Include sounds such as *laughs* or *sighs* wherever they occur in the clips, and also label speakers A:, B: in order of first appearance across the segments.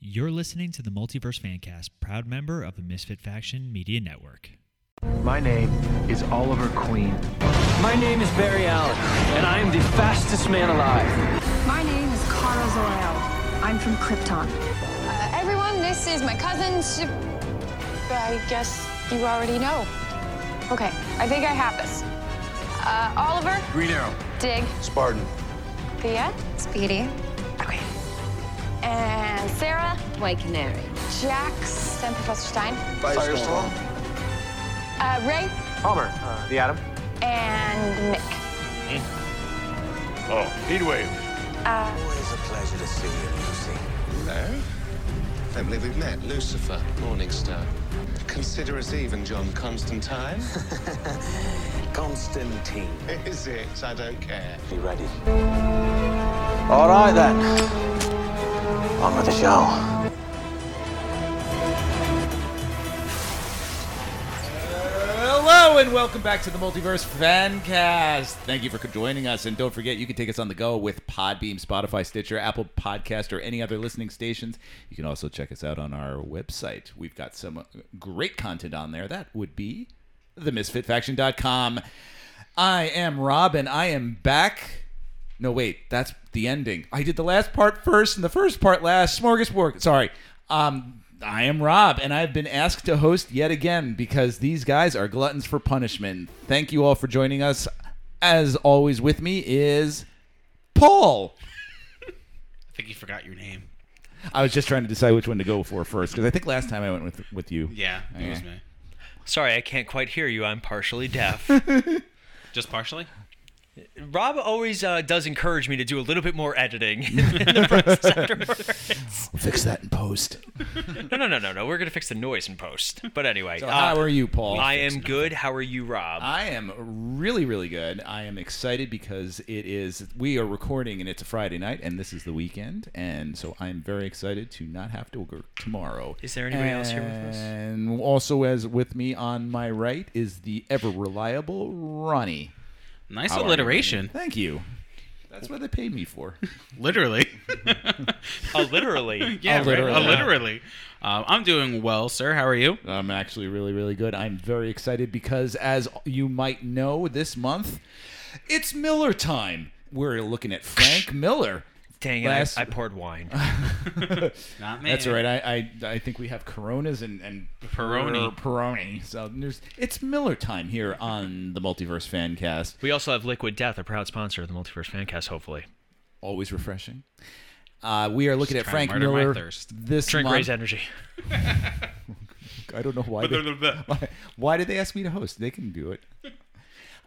A: You're listening to the Multiverse Fancast, proud member of the Misfit Faction Media Network.
B: My name is Oliver Queen.
C: My name is Barry Allen, and I am the fastest man alive.
D: My name is Kara Zor-El. I'm from Krypton.
E: Uh, everyone, this is my cousin. Sh- I guess you already know. Okay, I think I have this. Uh, Oliver,
B: Green Arrow.
E: Dig,
B: Spartan.
E: Thea,
D: Speedy.
E: okay, and Sarah,
D: White Canary.
E: Jax, and Professor Stein,
B: Firestorm.
E: uh, Ray,
B: Palmer. Uh, the Atom.
E: and Mick.
F: Oh, Heatwave.
G: Always a pleasure to see you, Lucy.
H: Hello. Can't believe we've met. Lucifer, Morningstar. Consider us even, John Constantine. *laughs*
G: Constantine.
H: Is it? I don't care.
G: You ready?
C: All right then, on with the show.
I: Hello and welcome back to the Multiverse Fancast. Thank you for joining us, and don't forget you can take us on the go with Podbeam, Spotify, Stitcher, Apple Podcast, or any other listening stations. You can also check us out on our website. We've got some uh, great content on there. That would be themisfitfaction.com. I am Robin. I am back. No, wait, that's the ending. I did the last part first and the first part last. Smorgasbord. Sorry. Um, I am Rob, and I've been asked to host yet again because these guys are gluttons for punishment. Thank you all for joining us. As always, with me is Paul.
J: I think you forgot your name.
I: I was just trying to decide which one to go for first because I think last time I went with with you.
J: Yeah, it was
I: Okay.
J: me.
K: Sorry, I can't quite hear you. I'm partially
I: *laughs*
K: deaf.
J: Just partially.
K: Rob always uh, does encourage me to do a little bit more editing
I: *laughs*
K: in the process afterwards.
I: We'll fix that in post.
K: No, no, no, no, no. We're gonna fix the noise in post. But anyway, uh,
I: So how are you, Paul? Uh,
K: I am good. How are you, Rob?
I: I am really, really good. I am excited because it is we are recording and it's a Friday night and this is the weekend and so I'm very excited to not have to work tomorrow.
K: Is there anybody else here with us?
I: And also as with me on my right is the ever reliable Ronnie.
J: Nice
I: How are you,
J: alliteration.
I: Ronnie? Thank you. That's what they paid me for.
J: Literally.
K: Oh,
I: *laughs*
K: literally.
J: yeah, right?
I: Alliterally.
J: Alliterally. Um, I'm doing well, sir. How are you?
I: I'm actually really, really good. I'm very excited because, as you might know, this month it's Miller time. We're looking at Frank Miller.
K: Dang it!
I: Last-
K: I, I poured wine.
J: Not me.
I: That's all right. I, I I think we have Coronas and and
J: Peroni.
I: Peroni. So there's it's Miller time here on the Multiverse Fancast.
K: We also have Liquid Death, a proud sponsor of the Multiverse Fancast. Hopefully,
I: Always refreshing. Uh, we are looking
J: Just
I: at
J: trying
I: Frank
J: to murder my
I: Miller
J: thirst.
I: this
K: drink
I: month.
K: Ray's energy.
I: I don't know why. They, *laughs* why, why did they ask me to host? They can do it.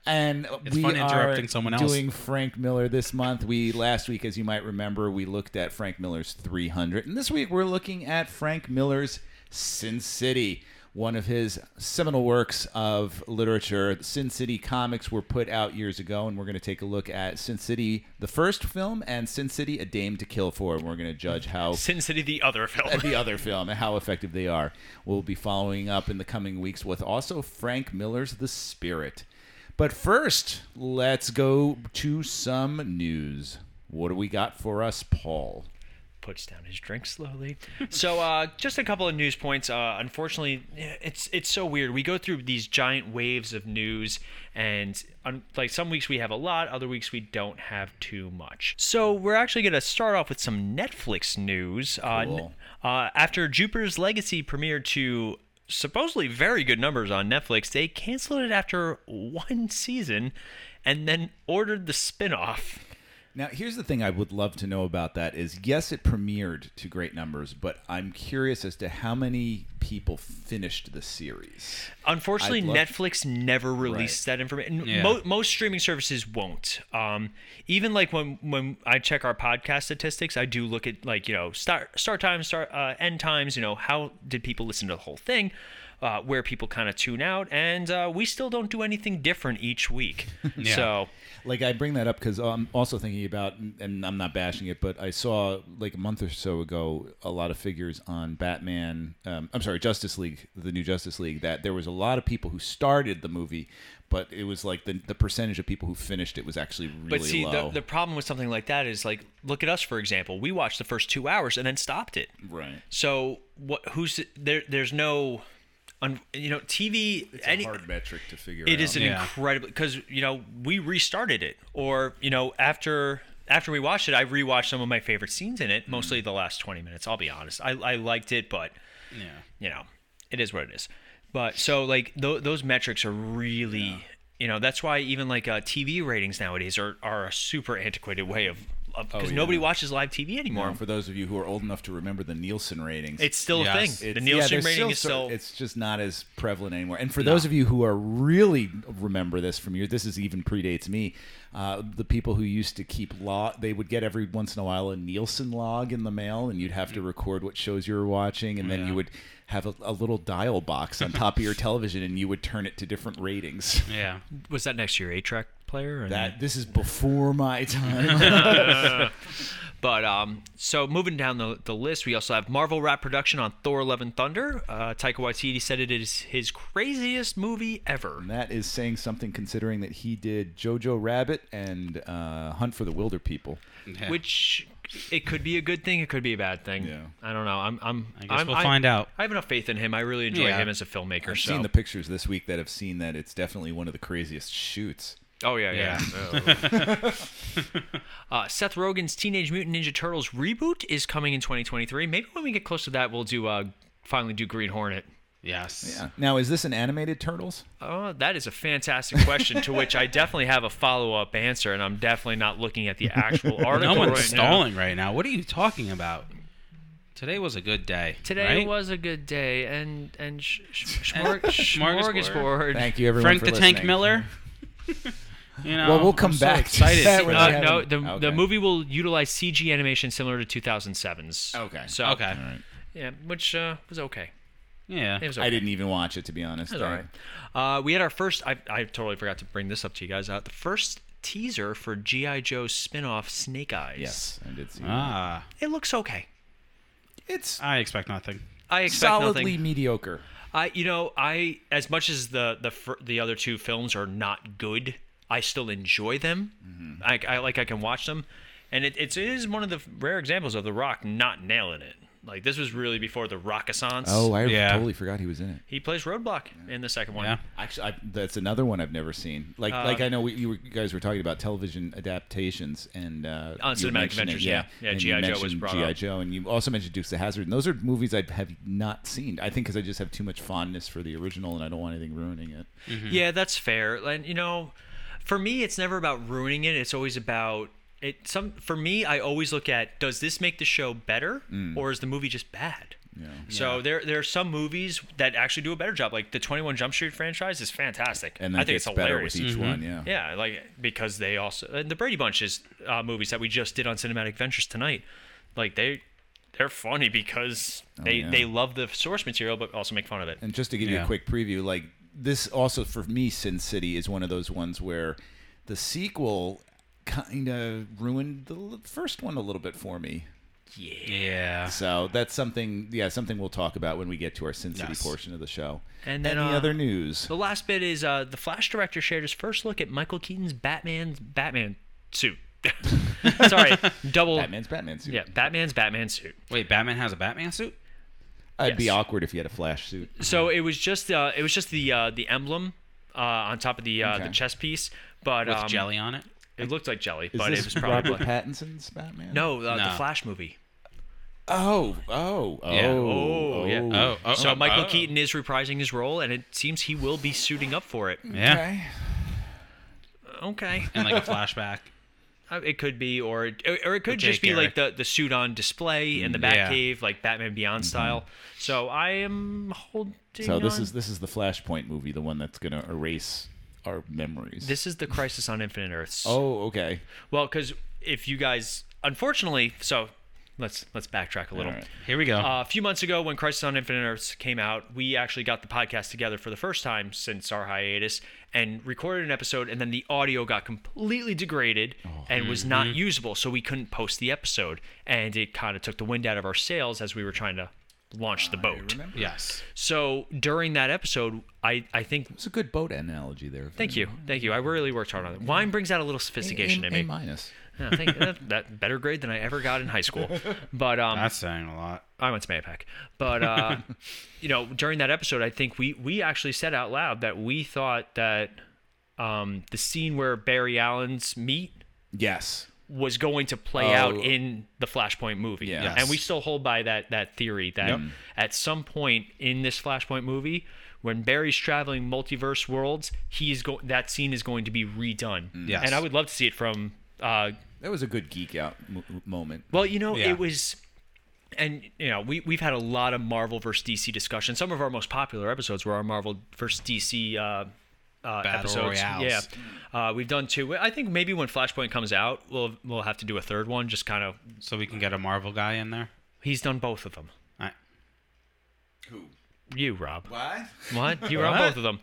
I: And
J: It's
I: we
J: fun interrupting
I: are
J: someone else.
I: doing Frank Miller this month. We last week, as you might remember, we looked at Frank Miller's 300, and this week we're looking at Frank Miller's Sin City, one of his seminal works of literature. Sin City comics were put out years ago, and we're going to take a look at Sin City, the first film, and Sin City: A Dame to Kill For, and we're going to judge how
K: Sin City, the other film.
I: at *laughs* the other film and how effective they are. We'll be following up in the coming weeks with also Frank Miller's The Spirit. But first, let's go to some news. What do we got for us, Paul?
K: puts down his drink slowly. *laughs* So, uh, just a couple of news points. Uh, unfortunately, it's it's so weird. We go through these giant waves of news, and um, like some weeks we have a lot, other weeks we don't have too much. So we're actually gonna start off with some Netflix news. Uh, n-
I: Cool.
K: uh, after Jupiter's Legacy premiered to supposedly very good numbers on Netflix, they canceled it after one season, and then ordered the spin-off.
I: Now, here's the thing I would love to know about that is yes, it premiered to great numbers, but I'm curious as to how many people finished the series.
K: Unfortunately,
I: I'd love-
K: Netflix never released that information.
J: Yeah.
K: Mo- most streaming services won't. Um, even like when when I check our podcast statistics, I do look at like you know start start times, start uh, end times. You know how did people listen to the whole thing? uh, where people kind of tune out, and uh, we still don't do anything different each week. So
J: like I bring that up because I'm also thinking about, and I'm not bashing it, but I saw like a month or so ago a lot of figures on Batman. Um, I'm sorry, Justice League, the new Justice League. That there was a lot of people who started the movie, but it was like the the percentage of people who finished it was actually really
K: but see,
J: low.
K: the, the problem with something like that is like, look at us for example. We watched the first two hours and then stopped it.
J: right.
K: So what? Who's there? There's no, un, you know, TV.
J: It's
K: any,
J: a hard metric to figure.
K: It is
J: out.
K: an incredible because you know we restarted it, or you know after after we watched it, I rewatched some of my favorite scenes in
J: Mm-hmm.
K: it, mostly the last twenty minutes. I'll be honest, I I liked it, but
L: Yeah.
K: you know, it is what it is. But so like th- those metrics are really, you know, that's why even like uh, TV ratings nowadays are are a super antiquated way of
J: Oh,
K: because
J: yeah.
K: nobody watches live TV anymore.
J: Now, for those of you who are old enough to remember the Nielsen ratings,
K: It's still a Yes. thing. The Nielsen
J: there's
K: rating is
J: so-
K: still-
J: It's just not as prevalent anymore. And for
K: No.
J: those of you who are really remember this from your, this is even predates me. Uh, the people who used to keep log, they would get every once in a while a Nielsen log in the mail, and you'd have
K: Mm-hmm.
J: to record what shows you were watching, and then you would have a, a little dial box on top
K: *laughs*
J: of your television, and you would turn it to different ratings.
L: Yeah.
K: Was that next to your eight track player? Or
J: That this is before my
K: *laughs*
J: time.
K: but um, so moving down the, the list, we also have Marvel Rap Production on Thor: Love and Thunder. Uh, Taika Waititi said it is his craziest movie ever.
J: And that is saying something considering that he did Jojo Rabbit and uh, Hunt for the Wilder People.
K: Which it could be a good thing, it could be a bad thing. Yeah. I don't know. I'm. I'm I
L: guess we'll find out.
K: I have enough faith in him. I really enjoy
L: Yeah.
K: him as a filmmaker.
J: I've
K: so.
J: seen the pictures this week that have seen that it's definitely one of the craziest shoots.
K: Oh yeah, yeah.
J: Yeah.
L: *laughs*
K: Oh. *laughs* uh, Seth Rogen's Teenage Mutant Ninja Turtles reboot is coming in 2023. Maybe when we get close to that, we'll do uh, finally do Green Hornet.
L: Yes.
J: Yeah. Now, is this an animated Turtles?
K: Oh, that is a fantastic question to which I definitely have a follow up answer, and I'm definitely not looking at the actual article.
L: *laughs* no one's
K: right
L: stalling
K: Now.
L: right now. What are you talking about? Today was a good day.
K: Today
L: right?
K: was a good day, and and sh-
L: *laughs*
K: sh-
L: And
K: smorg- smorgasbord.
J: Thank you, everyone,
L: Frank
J: for
L: the Tank
J: listening. *laughs*
L: Miller. *laughs* you know,
J: Well, we'll come
L: I'm so
J: back to
L: excited.
J: that when
K: Uh,
J: that
K: no,
J: happens.
K: the, the
J: Okay.
K: movie will utilize CG animation similar to 2007's.
J: Okay.
K: So
L: Okay.
K: Yeah, which uh, was okay.
L: Yeah.
K: It was okay.
J: I didn't even watch it, to be honest.
K: That's all right. Uh, we had our first. I, I totally forgot to bring this up to you guys. Uh, the first teaser for GI Joe's spin-off Snake Eyes.
J: Yes, I did see
L: Ah,
K: It looks okay.
J: It's
L: I expect nothing.
K: I expect
J: solidly
K: nothing.
J: mediocre.
K: I you know I as much as the the fir- the other two films are not good, I still enjoy them. I, I like I can watch them, and it, it's it is one of the rare examples of The Rock not nailing it. Like this was really before the Rockessance.
J: Oh, I
L: Yeah.
J: totally forgot he was in it.
K: he plays Roadblock in the second one.
L: Yeah.
J: Actually, I, that's another one I've never seen. Like,
K: Uh,
J: like I know we, you, were, you guys were talking about television adaptations and uh,
K: On
J: you
K: Cinematic
J: mentioned it,
K: Adventures, yeah. Yeah,
J: And you
K: G.I. Joe was
J: mentioned
K: brought
J: GI
K: up.
J: Joe, and you also mentioned Dukes of Hazard. And those are movies I have not seen. I think because I just have too much fondness for the original, and I don't want anything ruining it.
K: Yeah, that's fair. And you know, for me, it's never about ruining it. It's always about it. Some for me, I always look at does this make the show better or is the movie just bad?
J: Mm. Yeah.
K: So there there are some movies that actually do a better job. Like the Twenty One Jump Street franchise is fantastic.
J: And that
K: I think
J: gets
K: it's
J: better
K: hilarious.
J: with each one. Yeah.
K: Yeah, like because they also and the Brady Bunch is uh, movies that we just did on Cinematic Ventures tonight. Like they they're funny because they
J: Oh, yeah.
K: they love the source material but also make fun of it.
J: And just to give you a
L: Yeah.
J: quick preview, like this also for me, Sin City is one of those ones where the sequel kind of ruined the l- first one a little bit for me.
L: Yeah.
J: So that's something, yeah, something we'll talk about when we get to our Sin City
L: Yes.
J: portion of the show.
K: And then,
J: any
K: uh,
J: other news?
K: The last bit is uh, the Flash director shared his first look at Michael Keaton's Batman's Batman suit. *laughs* Sorry, double.
J: Batman's Batman suit.
K: Yeah, Batman's Batman suit.
L: Wait, Batman has a Batman suit?
J: it'd be
K: yes.
J: awkward if you had a Flash suit.
K: So it was just uh, it was just the uh, the emblem uh, on top of the uh,
J: Okay.
K: the chest piece, but
L: With
K: um,
L: jelly on it?
K: It looked like jelly,
J: Is
K: but
J: this
K: it was probably
J: Robert Pattinson's Batman?
K: no, uh, the
L: No.
K: Flash movie.
J: Oh, oh, oh,
L: Yeah.
J: oh,
K: yeah.
L: Oh, oh,
K: so
L: oh,
K: Michael
L: oh.
K: Keaton is reprising his role, and it seems he will be suiting up for it.
L: Yeah.
J: Okay.
K: Okay.
L: And like a flashback.
K: Uh, It could be, or it- or or it could
L: With
K: just
L: Jake
K: be like the, the suit on display in the
L: yeah.
K: Batcave, like Batman Beyond style. So I am holding.
J: So this
K: on-
J: is this is the Flashpoint movie, the one that's gonna erase our memories.
K: this is the Crisis on Infinite Earths.
J: Oh, okay.
K: well, because if you guys, unfortunately, so let's let's backtrack a little.
L: All right. Here we go.
K: Uh, a few months ago, when Crisis on Infinite Earths came out, we actually got the podcast together for the first time since our hiatus and recorded an episode, and then the audio got completely degraded and was not
L: Mhm.
K: usable, so we couldn't post the episode, and it kind of took the wind out of our sails as we were trying to launch the boat.
L: Yes.
K: So during that episode, I I think
J: it's a good boat analogy there.
K: Thank you, thank you. I really worked hard on it. Wine brings out a little sophistication
J: A-
K: in me.
J: A minus.
K: Yeah, thank that, that better grade than I ever got in high
I: *laughs*
K: school. But um,
I: That's saying a lot.
K: I went to Mayapack. But
I: *laughs*
K: uh, you know, during that episode, I think we we actually said out loud that we thought that um, the scene where Barry Allen's meet
J: Yes.
K: was going to play
J: Oh.
K: out in the Flashpoint movie,
J: Yes.
K: and we still hold by that that theory that
J: Yep.
K: at some point in this Flashpoint movie. When Barry's traveling multiverse worlds, he's go- that scene is going to be redone.
J: Yes.
K: And I would love to see it from uh,
J: That was a good geek out mo- moment.
K: well, you know,
J: Yeah.
K: it was, and you know, we we've had a lot of Marvel versus DC discussion. Some of our most popular episodes were our Marvel versus DC. Uh, uh,
L: Battle
K: episodes,
L: Royales.
K: yeah. Uh, we've done two. I think maybe when Flashpoint comes out, we'll we'll have to do a third one, just kind of.
I: So we can get a Marvel guy in there.
K: He's done both of them.
J: Who?
K: You, Rob.
J: Why?
K: What? You were on
I: What?
K: both of them.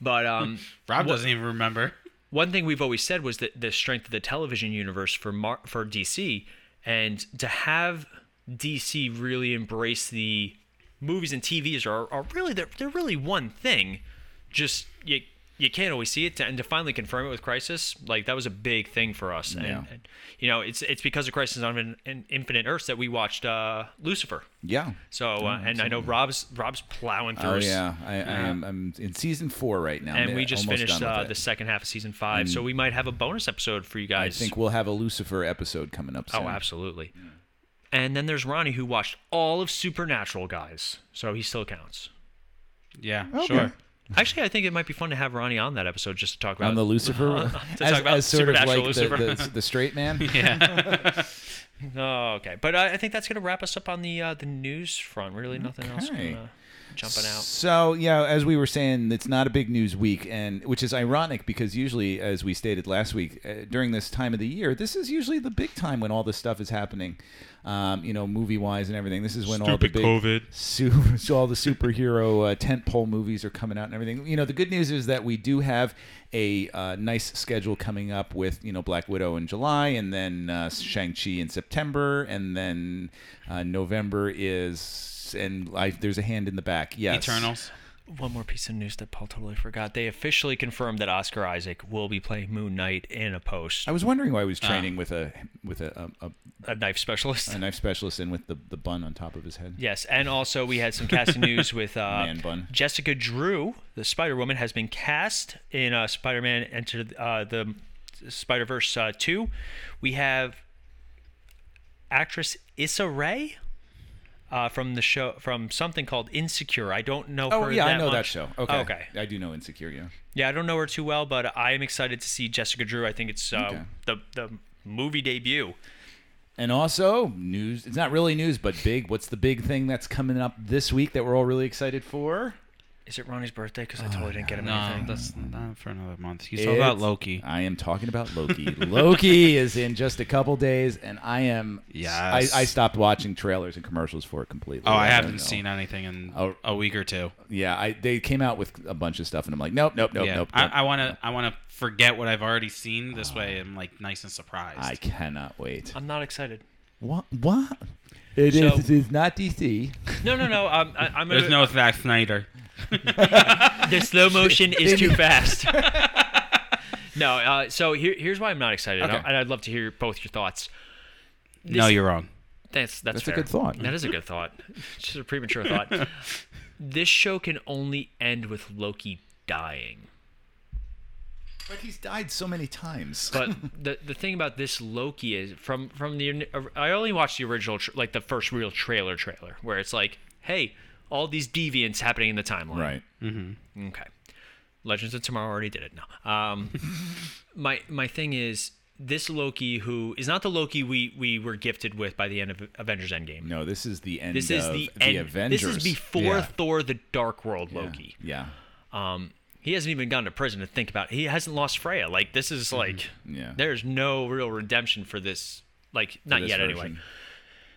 K: But um
I: Rob doesn't even remember. Oh,
K: One thing we've always said was that the strength of the television universe for Mar- for DC and to have DC really embrace the movies and TVs are, are really they're, they're really one thing. Just you you can't always see it and to finally confirm it with Crisis, like that was a big thing for us. And,
J: Yeah.
K: and, you know, it's it's because of Crisis on Infin- in Infinite Earths that we watched uh, Lucifer.
J: Yeah.
K: So uh,
J: Oh,
K: and I know
J: absolutely.
K: Rob's Rob's plowing through.
J: Oh
K: his-
J: yeah, I, I am. I'm in season four right now.
K: Uh, and
J: Ma-
K: we just
J: almost
K: finished
J: done with
K: uh,
J: it.
K: the second half of season five, so
J: Mm.
K: we might have a bonus episode for you
J: I
K: guys.
J: think we'll have a Lucifer episode coming up. Soon.
K: oh, absolutely. And then there's Ronnie who watched all of Supernatural, guys, so he still counts.
I: Yeah,
J: Okay. sure.
K: Actually, I think it might be fun to have Ronnie on that episode just to talk about
J: On the Lucifer,
K: *laughs* to
J: as,
K: talk about
J: as sort of
K: Supernatural
J: like the,
K: Lucifer.
J: the, the straight man.
K: *laughs* Yeah. oh, okay. But I, I think that's gonna wrap us up on the uh, the news front. Really, nothing else
J: Okay.
K: kinda jumping out.
J: So yeah, as we were saying, it's not a big news week, and which is ironic because usually, as we stated last week, uh, during this time of the year, this is usually the big time when all this stuff is happening. Um, you know, movie wise and everything. This is when all the
I: Stupid
J: big
I: COVID.
J: super, *laughs* so all the superhero uh, tentpole movies are coming out and everything. You know, the good news is that we do have a uh, nice schedule coming up with you know Black Widow in July, and then uh, Shang Chi in September, and then uh, November is and I, there's a hand in the back. Yes,
I: Eternals.
K: One more piece of news that Paul totally forgot. They officially confirmed that Oscar Isaac will be playing Moon Knight in a post.
J: I was wondering why he
I: Ah.
J: was training with a with a a,
K: a knife specialist,
J: a knife specialist, and with the the bun on top of his head.
K: Yes, and also we had some casting news
J: *laughs*
K: with uh,
J: Man bun.
K: Jessica Drew, the Spider Woman, has been cast in uh, Spider Man Enter uh, the Spider Verse uh, two. We have actress Issa Rae. Uh, from the show, from something called Insecure. I don't know.
J: Oh
K: her
J: yeah,
K: that
J: I know that
K: much.
J: show. Okay,
K: Okay.
J: I do know Insecure. Yeah.
K: Yeah, I don't know her too well, but I am excited to see Jessica Drew. I think it's uh,
J: Okay.
K: the the movie debut.
J: And also news. It's not really news, but big. What's the big thing that's coming up this week that we're all really excited for?
K: Is it Ronnie's birthday? Because
J: Oh,
K: I totally didn't get him
I: No,
K: anything.
I: that's not for another month. He's talking about
J: It's-
I: Loki.
J: I am talking about Loki.
I: *laughs*
J: Loki is in just a couple days, and I am.
I: Yes.
J: I, I stopped watching trailers and commercials for it completely.
I: Oh, I
J: don't
I: haven't
J: know.
I: seen anything in
J: Oh.
I: a week or two.
J: Yeah, I they came out with a bunch of stuff, and I'm like, nope, nope, nope,
I: yeah,
J: nope. nope.
I: I want to. I want to forget what I've already seen. This way, I'm like nice and surprised.
J: I cannot wait.
K: I'm not excited.
J: What? What? It is.
K: Uh, So-
J: It is not DC.
K: No, no, no. Um, I, I'm
I: There's
K: *laughs* gonna-
I: no Zack Snyder.
K: the slow motion is
I: Then *laughs*
K: too
I: you-
K: fast. *laughs* no, uh, so here, here's why I'm not excited, and I- and I'd love to hear both your thoughts.
I: no,
K: This-
I: you're wrong.
K: That's that's,
I: That's a
K: fair.
I: good thought.
K: That is a good thought. It's Just a premature
I: *laughs*
K: thought. this show can only end with Loki dying.
J: *laughs* But he's died so many times.
I: *laughs*
K: But the the thing about this Loki is from from the I only watched the original tr like the first real trailer trailer where it's like, hey, all these deviants happening in the timeline.
J: Right.
K: Mm-hmm. Okay. Legends of Tomorrow already did it. No. Um, my my thing is this Loki who is not the Loki we we were gifted with by the end of Avengers Endgame.
J: no, this is the end.
K: this is
J: of
K: the end.
J: Avengers.
K: This is before
J: Yeah.
K: Thor: The Dark World Loki.
J: Yeah.
K: Um, he hasn't even gone to prison to think about. It. He hasn't lost Freya. Like this is like
J: Mm-hmm. Yeah.
K: there's no real redemption for this. Like not
J: this
K: yet anyway.
J: version.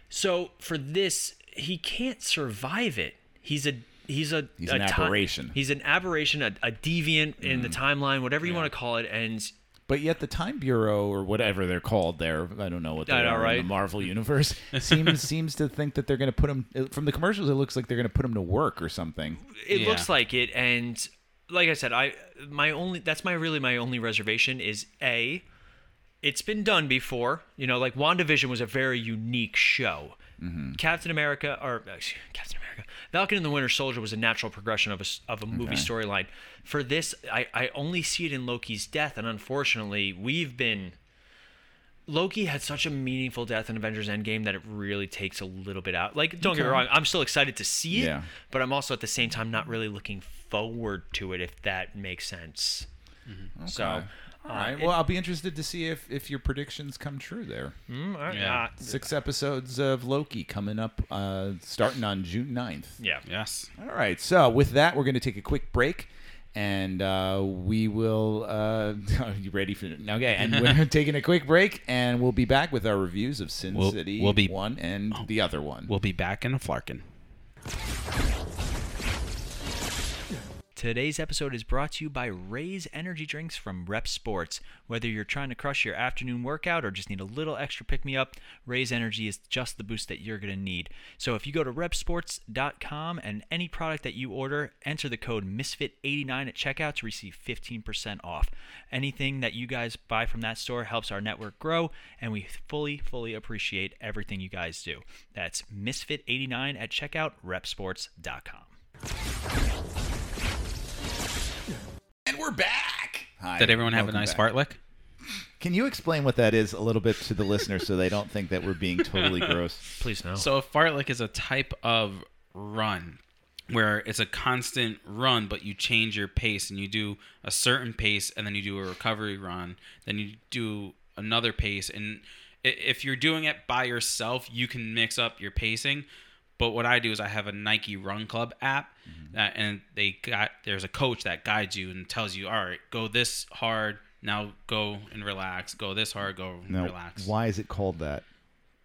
K: So for this, he can't survive it. He's a he's a
J: He's
K: a
J: an
K: ti-
J: aberration. Mm.
K: he's an aberration, a, a deviant in the timeline, whatever you want to call it. And
J: But yet, the Time Bureau or whatever they're called, there I don't know what they
K: I know,
J: are
K: right?
J: in the Marvel
K: *laughs*
J: universe seems seems to think that they're going to put him from the commercials. It looks like they're going to put him to work or something.
K: it looks like it. And like I said, I my only that's my really my only reservation is a. It's been done before, you know. Like WandaVision was a very unique show.
J: Mm-hmm.
K: Captain America, or uh, excuse- Captain America, Falcon and the Winter Soldier was a natural progression of a s- of a movie
J: Okay.
K: storyline. For this, I I only see it in Loki's death, and unfortunately, we've been Loki had such a meaningful death in Avengers Endgame that it really takes a little bit out. Like, don't get me
J: Okay.
K: wrong, I'm still excited to see it,
J: Yeah.
K: but I'm also at the same time not really looking forward to it, if that makes sense. So,
J: Mm-hmm. Okay.
K: uh,
J: all
K: it-
J: right. well, I'll be interested to see if if your predictions come true there.
K: Mm, all right. Uh,
J: Six episodes of Loki coming up, uh, starting on June 9th.
K: yeah.
I: Yes.
J: All right. So with that, we're going to take a quick break, and uh, we will. Uh, *laughs* are you ready for okay? And *laughs* we're taking a quick break, and we'll be back with our reviews of Sin
I: We'll-
J: City
I: we'll be- Oh.
J: one and the other one.
I: We'll be back in a flarkin.
K: Today's episode is brought to you by Raise Energy Drinks from Rep Sports. Whether you're trying to crush your afternoon workout or just need a little extra pick me up, Raise Energy is just the boost that you're going to need. So if you go to repsports.com and any product that you order, enter the code MISFIT89 at checkout to receive 15% off. Anything that you guys buy from that store helps our network grow, and we fully, fully appreciate everything you guys do. That's MISFIT89 at checkout, repsports.com.
J: And we're back. Hi,
I: Did everyone have a
J: welcome
I: nice
J: back.
I: fartlek?
J: Can you explain what that is a little bit to the listeners so they don't think that we're being
I: *laughs*
J: totally gross?
K: Please no.
I: So a fartlek is a type of run where it's a constant run, but you change your pace and you do a certain pace and then you do a recovery run, then you do another pace. And i- if you're doing it by yourself, you can mix up your pacing. But what I do is I have a Nike Run Club app,
J: Mm-hmm.
I: uh, and they got there's a coach that guides you and tells you, all right, go this hard. Now go and relax. Go this hard. Go and
J: No.
I: relax.
J: Why is it called that?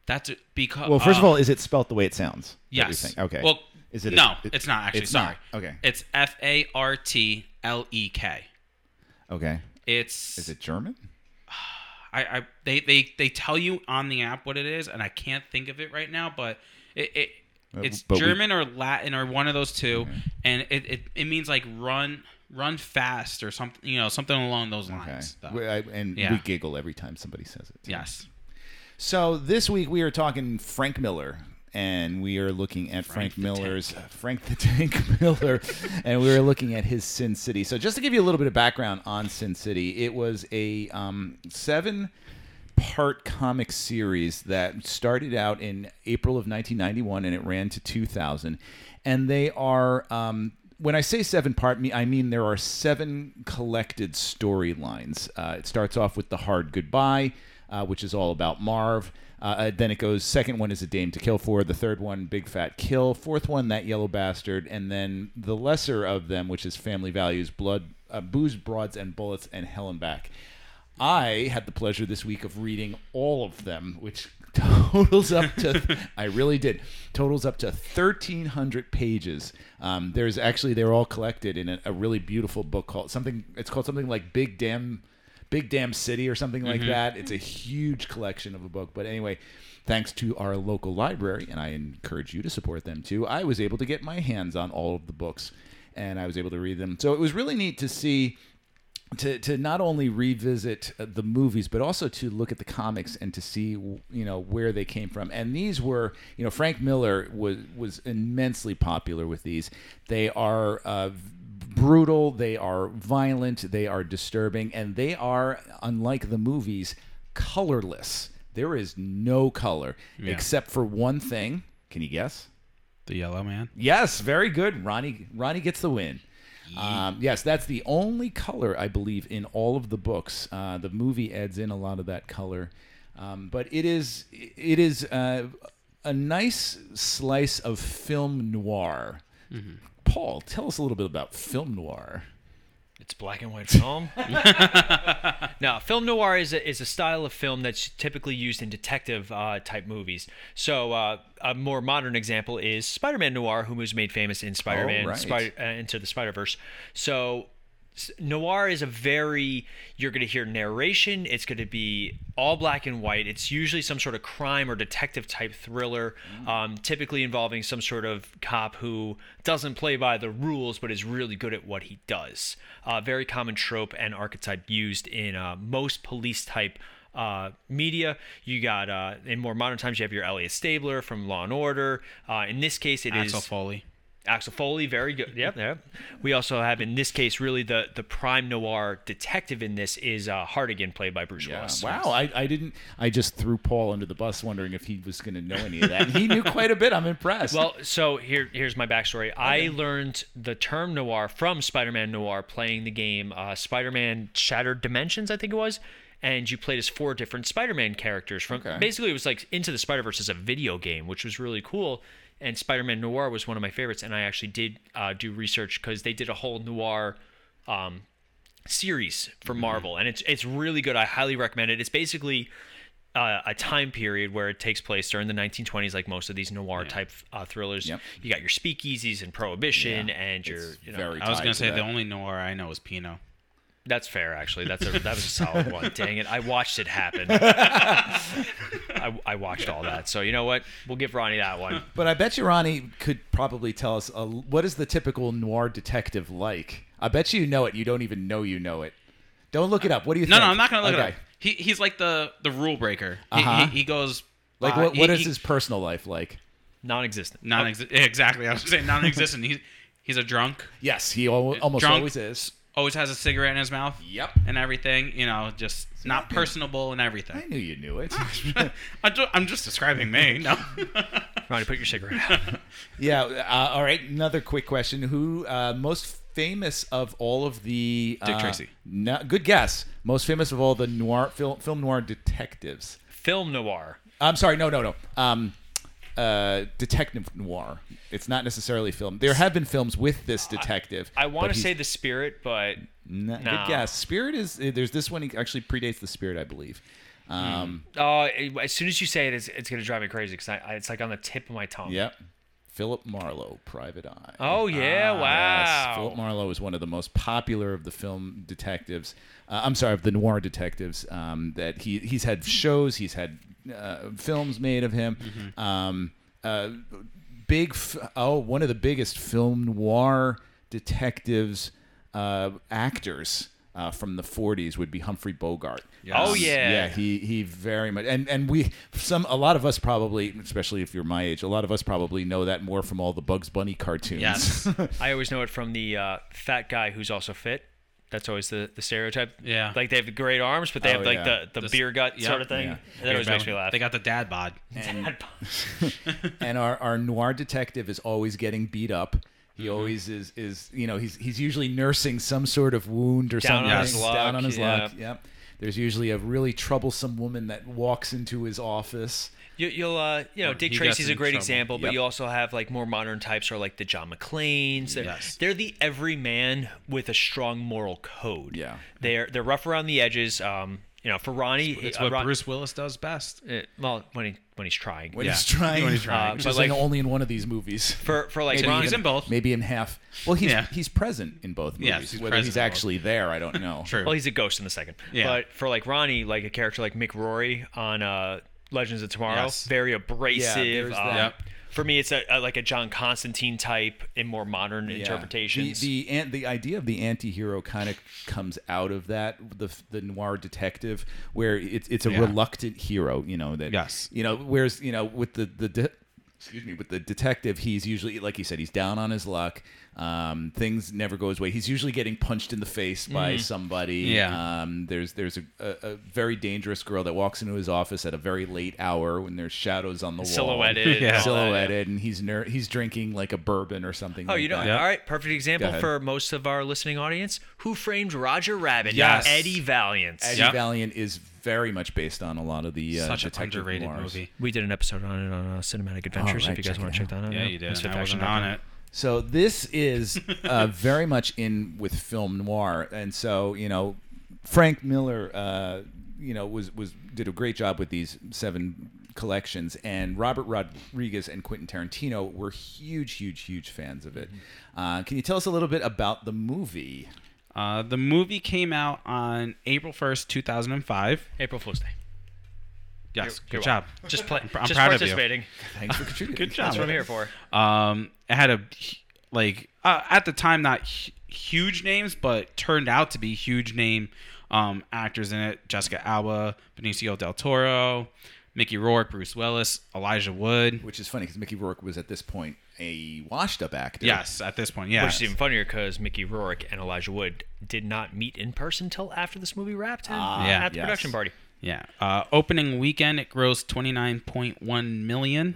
I: That's it because.
J: Well, first of all, is it spelt the way it sounds? that you're
I: Yes.
J: saying? Okay.
I: Well,
J: is it? a-
I: no,
J: it-
I: it's not actually.
J: it's
I: sorry.
J: not. Okay.
I: It's F A R T L E K.
J: Okay.
I: It's.
J: Is it German?
I: I, I they, they they tell you on the app what it is, and I can't think of it right now, but it. it
J: Uh,
I: it's
J: but we-
I: German or Latin or one of those two, and it, it, it means like run run fast or something you know something along those lines. though.
J: We- I- and
I: Yeah.
J: we giggle every time somebody says it.
I: Yes.
J: So this week we are talking Frank Miller, and we are looking at Frank, Miller's Frank the Tank *laughs* Miller, and we are looking at his Sin City. So just to give you a little bit of background on Sin City, it was a um, seven part comic series that started out in April of 1991 and it ran to 2000 and they are um, when I say seven part, me- I mean there are seven collected storylines. Uh, it starts off with the hard goodbye, uh, which is all about Marv. Uh, Uh, then it goes. Second one is a Dame to Kill for. The third one, Big Fat Kill. Fourth one, that yellow bastard. And then the lesser of them, which is Family Values, Blood, uh, Booze, Broads, and Bullets, and Hell and Back. I had the pleasure this week of reading all of them, which *laughs* totals up to *laughs* I really did totals up to 1,300 pages. Um, there's actually they're all collected in a, a really beautiful book called something. It's called something like Big Damn Big Damn City or something like
I: Mhm.
J: that. It's a huge collection of a book. But anyway, thanks to our local library, and I encourage you to support them too. I was able to get my hands on all of the books, and I was able to read them. So it was really neat to see to to not only revisit uh, the movies but also to look at the comics and to see w- you know where they came from and these were you know Frank Miller was was immensely popular with these they are uh, v- brutal they are violent they are disturbing and they are unlike the movies colorless there is no color
I: Yeah.
J: except for one thing can you guess
I: The yellow man.
J: Yes, very good. Ronnie Ronnie gets the win. Um, yes, that's the only color I believe in all of the books. Uh, the movie adds in a lot of that color, um, but it is it is uh, a nice slice of
I: Mm-hmm.
J: film noir. Paul, tell us a little bit about film noir.
K: It's black and white film. now, film noir is a, is a style of film that's typically used in detective uh, type movies. So, uh, a more modern example is Spider Man Noir, who was made famous in Spider Man
J: Oh, right.
K: Spy- uh, Into the Spider Verse. So, s- noir is a very, you're going to hear narration. It's going to be all black and white. It's usually some sort of crime or detective type thriller,
I: Mm.
K: um, typically involving some sort of cop who doesn't play by the rules but is really good at what he does. Uh, very common trope and archetype used in uh, most police type uh, media. You got uh, in more modern times, you have your Elliot Stabler from Law and Order. Uh, in this case, it is
I: Axel Foley.
K: Axel Foley, very good. Yep, yep. We also have in this case, really the the prime noir detective in this is uh, Hardigan, played by Bruce Willis.
J: Uh, Wow, I, I didn't. I just threw Paul under the bus, wondering if he was going to know any of that. And he knew quite a bit. I'm impressed.
K: Well, so here here's my backstory. I learned the term noir from Spider-Man Noir playing the game uh, Spider-Man Shattered Dimensions, I think it was. And you played as four different Spider-Man characters from basically it was like Into the Spider-Verse as a video game, which was really cool. And Spider-Man Noir was one of my favorites, and I actually did uh, do research because they did a whole noir um, series for Marvel, and it's it's really good. I highly recommend it. It's basically uh, a time period where it takes place during the 1920s, like most of these noir type uh, thrillers. You got your speakeasies and prohibition, and your you know,
I: I was gonna say the only noir I know is Pino.
K: That's fair, actually. That's a, that was a solid one. Dang it, I watched it happen. I, I watched all that, so you know what? We'll give Ronnie that one.
J: But I bet you Ronnie could probably tell us a, what is the typical noir detective like. I bet you know it. You don't even know you know it. Don't look it up. What do you
I: No,
J: think?
I: no, I'm not gonna look
J: okay.
I: at it up. He, he's like the the rule breaker. He,
J: Uh-huh.
I: he, he goes
J: Like
I: uh,
J: what?
I: he-
J: What is
I: he-
J: his personal life like?
K: non-existent?
I: Non *laughs* exactly. I was saying non-existent. he's he's a drunk.
J: Yes, he al- almost
I: drunk,
J: always is.
I: Always has a cigarette in his mouth.
J: Yep.
I: And everything, you know, just not personable and everything. I
J: knew you knew
I: *laughs*
J: it.
I: I'm ju- I'm just describing
K: *laughs*
I: me. No.
K: Ronnie, put your cigarette out.
I: *laughs*
J: Yeah. Uh, all right. Another quick question: Who uh, most famous of all of the
I: Dick
J: uh,
I: Tracy.
J: No, good guess. Most famous of all the noir film, film noir detectives.
K: Film noir.
J: I'm sorry. No, no, no. Um, uh, detective noir. It's not necessarily film. There have been films with this detective.
K: I want
J: but
K: to
J: he's-
K: say the spirit, but
J: Nah,
K: nah.
J: Good guess. Spirit is uh, there's this one. He actually predates the Spirit, I believe. Um,
K: Oh, it- as soon as you say it, it's, it's gonna drive me crazy because I, I, it's like on the tip of my tongue.
J: Yep. Philip Marlowe, Private Eye.
K: Hmm. Oh,
I: Ah,
K: yeah, wow.
J: Philip Marlowe is one of the most popular of the film detectives. Uh, I'm sorry, of the noir detectives. Um, that he he's had shows, he's had uh, films made of him.
K: Mm-hmm.
J: Um, uh, big f- oh, one of the biggest film noir detectives uh, actors. Uh, from the 40s would be Humphrey Bogart.
K: Oh,
J: Um,
K: yeah.
J: yeah, he he very much and and we some a lot of us probably especially if you're my age a lot of us probably know that more from all the Bugs Bunny cartoons.
K: Yes. I always know it from the uh, fat guy who's also fit. That's always the, the stereotype.
I: Yeah.
K: Like they have the great arms, but they
I: Oh,
K: have like
I: yeah.
K: the, the
I: This-
K: beer gut
I: yeah.
K: sort of thing.
I: Yeah.
K: That always makes me laugh.
I: They got the dad bod.
K: Dad bod.
J: and our, our noir detective is always getting beat up. He
K: Mm-hmm.
J: always is is you know he's he's usually nursing some sort of wound or
K: Down on
J: something
K: his luck,
J: down on his luck.
K: yeah.
J: Yep. There's usually a really troublesome woman that walks into his office.
K: You, you'll, uh, you know,
J: Or
K: Dick
J: he
K: Tracy's
J: gets
K: a
J: in
K: great
J: trouble.
K: example, but
J: Yep.
K: you also have like more modern types are like the John McClanes. They're,
I: Yes.
K: they're the everyman with a strong moral code.
I: Yeah.
K: They're they're rough around the edges. Um, you know, for Ronnie,
I: It's
K: uh,
I: what
K: Ron-
I: Bruce Willis does best.
K: uh, well, when he when he's trying,
J: When he's trying,
K: Uh,
J: which
K: but
J: is
K: like,
J: in- only in one of these movies.
K: For- for, like,
J: maybe
K: Ron-
J: even-
K: He's in both.
J: maybe in half. Well, he's
K: Yeah.
J: he's present in both movies.
K: Yes, he's
J: Whether
K: present
J: he's
K: in both.
J: actually there, I
K: *laughs*
J: don't know.
K: Well, he's a ghost in the second.
J: Yeah.
K: But for like Ronnie, like a character like Mick Rory on uh, Legends of Tomorrow,
J: Yes.
K: very abrasive.
J: there's
K: um,
J: that. Yep.
K: For me, it's a, a- like a John Constantine type in more modern
J: Yeah.
K: interpretations.
J: The the, an, the idea of the anti-hero kind of comes out of that the the noir detective where it's it's a
I: Yeah.
J: reluctant hero, you know that. Yes. You know, whereas you know with the the. De- Excuse me, with the detective, he's usually like you said, he's down on his luck. Um, things never go his way. He's usually getting punched in the face by
I: Mhm.
K: Mm-hmm.
J: somebody.
I: Yeah.
J: Um, there's there's a, a, a very dangerous girl that walks into his office at a very late hour when there's shadows on the
K: Silhouetted
J: wall,
K: and all that, yeah.
J: *laughs* silhouetted, and he's ner- he's drinking like a bourbon or something.
K: Oh,
J: like
K: you know,
J: that.
K: all right, perfect example
J: ahead.
K: for most of our listening audience. Who framed Roger Rabbit?
J: Yes.
K: Eddie Valiant.
J: Eddie Valiant is very much based on a lot of the uh,
K: Such an
J: detective
K: underrated
J: noirs.
K: movie. We did an episode on it on uh, Cinematic Adventures.
J: right,
K: if you guys
J: check
K: want to
J: it
K: check that out,
I: Yeah, you did,
K: Misfit
I: and I
K: Faction
I: wasn't
K: dot com.
I: on it.
J: So this is uh, very much in with film noir, and so you know, Frank Miller, uh, you know, was was did a great job with these seven collections, and Robert Rodriguez and Quentin Tarantino were huge, huge, huge fans of it. Uh, can you tell us a little bit about the movie?
I: Uh, the movie came out on April 1st, 2005.
K: April Fool's Day.
I: Yes, good
K: You're
I: job.
K: welcome. Just play-
I: *laughs* I'm, pr- I'm
K: just
I: proud of you.
K: participating.
J: Thanks for contributing.
I: good job.
K: That's what I'm here
I: *laughs*
K: for.
I: Um, it had a like uh, at the time not hu- huge names, but turned out to be huge name um, actors in it: Jessica Alba, Benicio del Toro, Mickey Rourke, Bruce Willis, Elijah Wood.
J: Which is funny because Mickey Rourke was at this point a washed-up actor.
I: Yes, at this point,
K: Which
I: yes.
K: is even funnier because Mickey Rourke and Elijah Wood did not meet in person till after this movie wrapped and
I: yeah,
K: at the
I: Ah, yes.
K: production party.
I: Yeah. Uh, opening weekend, it grossed 29.1 million.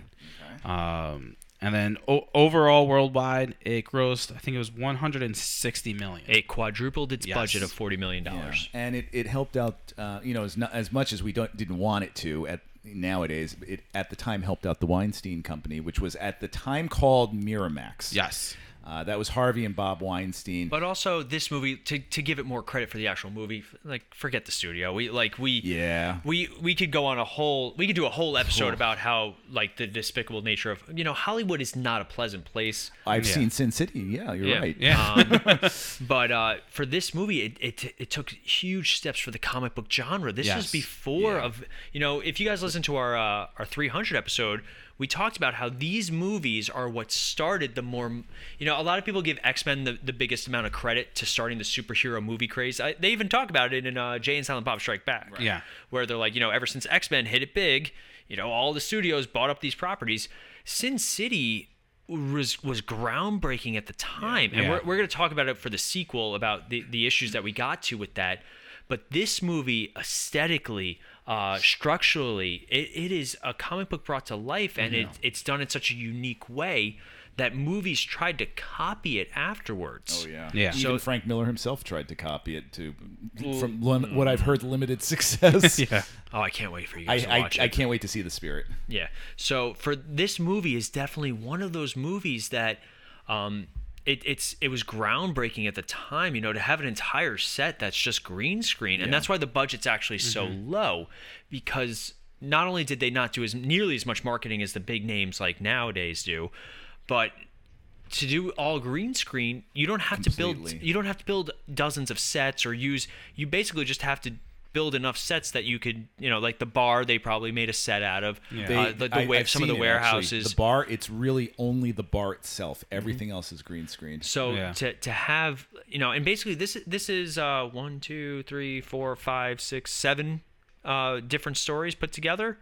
I: Um, and then o- overall worldwide, it grossed, I think it was 160 million.
K: It quadrupled its
I: Yes.
K: budget of $40 million.
J: and it, it helped out uh, you know as, not, as much as we don't didn't want it to at nowadays it at the time helped out the Weinstein company which was at the time called Miramax
I: yes
J: uh, that was Harvey and Bob Weinstein
K: But also this movie to, to give it more credit for the actual movie, f- like forget the studio. We like we
J: yeah
K: we we could go on a whole we could do a whole episode about how like the despicable nature of you know Hollywood is not a pleasant place.
J: I've seen Sin City yeah you're right
I: *laughs*
K: Um, but uh, for this movie, it, it it took huge steps for the comic book genre. This
I: Yes.
K: was before of you know if you guys listen to our uh, our 300 episode, we talked about how these movies are what started the more you know a lot of people give X Men the, the biggest amount of credit to starting the superhero movie craze. I, they even talk about it in uh, Jay and Silent Bob Strike Back
I: Yeah.
K: where they're like, you know, ever since X Men hit it big, you know, all the studios bought up these properties. Sin City was was groundbreaking at the time, and
I: Yeah.
K: we're we're gonna talk about it for the sequel about the the issues that we got to with that. But this movie aesthetically, uh, structurally, it, it is a comic book brought to life, and it, it's done in such a unique way that movies tried to copy it afterwards.
J: Oh yeah,
I: Yeah.
J: Even
K: So-
J: Frank Miller himself tried to copy it to, from lim-
K: hmm.
J: what I've heard,
K: *laughs*
J: limited success. yeah,
K: Oh, I can't wait for you
J: I
K: guys to
J: I,
K: watch it.
J: I can't wait to see the spirit.
K: Yeah. So for this movie is definitely one of those movies that um it, it's it was groundbreaking at the time, you know, to have an entire set that's just green screen, and
J: Yeah. Mm-hmm.
K: that's why the budget's actually so low, because not only did they not do as nearly as much marketing as the big names like nowadays do, but to do all green screen, you don't have to build
J: Completely.
K: you don't have to build dozens of sets or use you basically just have to build enough sets that you could you know like the bar they probably made a set out of
J: They-
K: uh, the, the
J: I-
K: wa-
J: I've
K: some of the
J: seen it, actually.
K: warehouses Mm-hmm.
J: the bar. It's really only the bar itself. Everything else is green screen.
K: so
I: Yeah.
K: to, to have you know and basically this this is uh one two three four five six seven uh different stories put together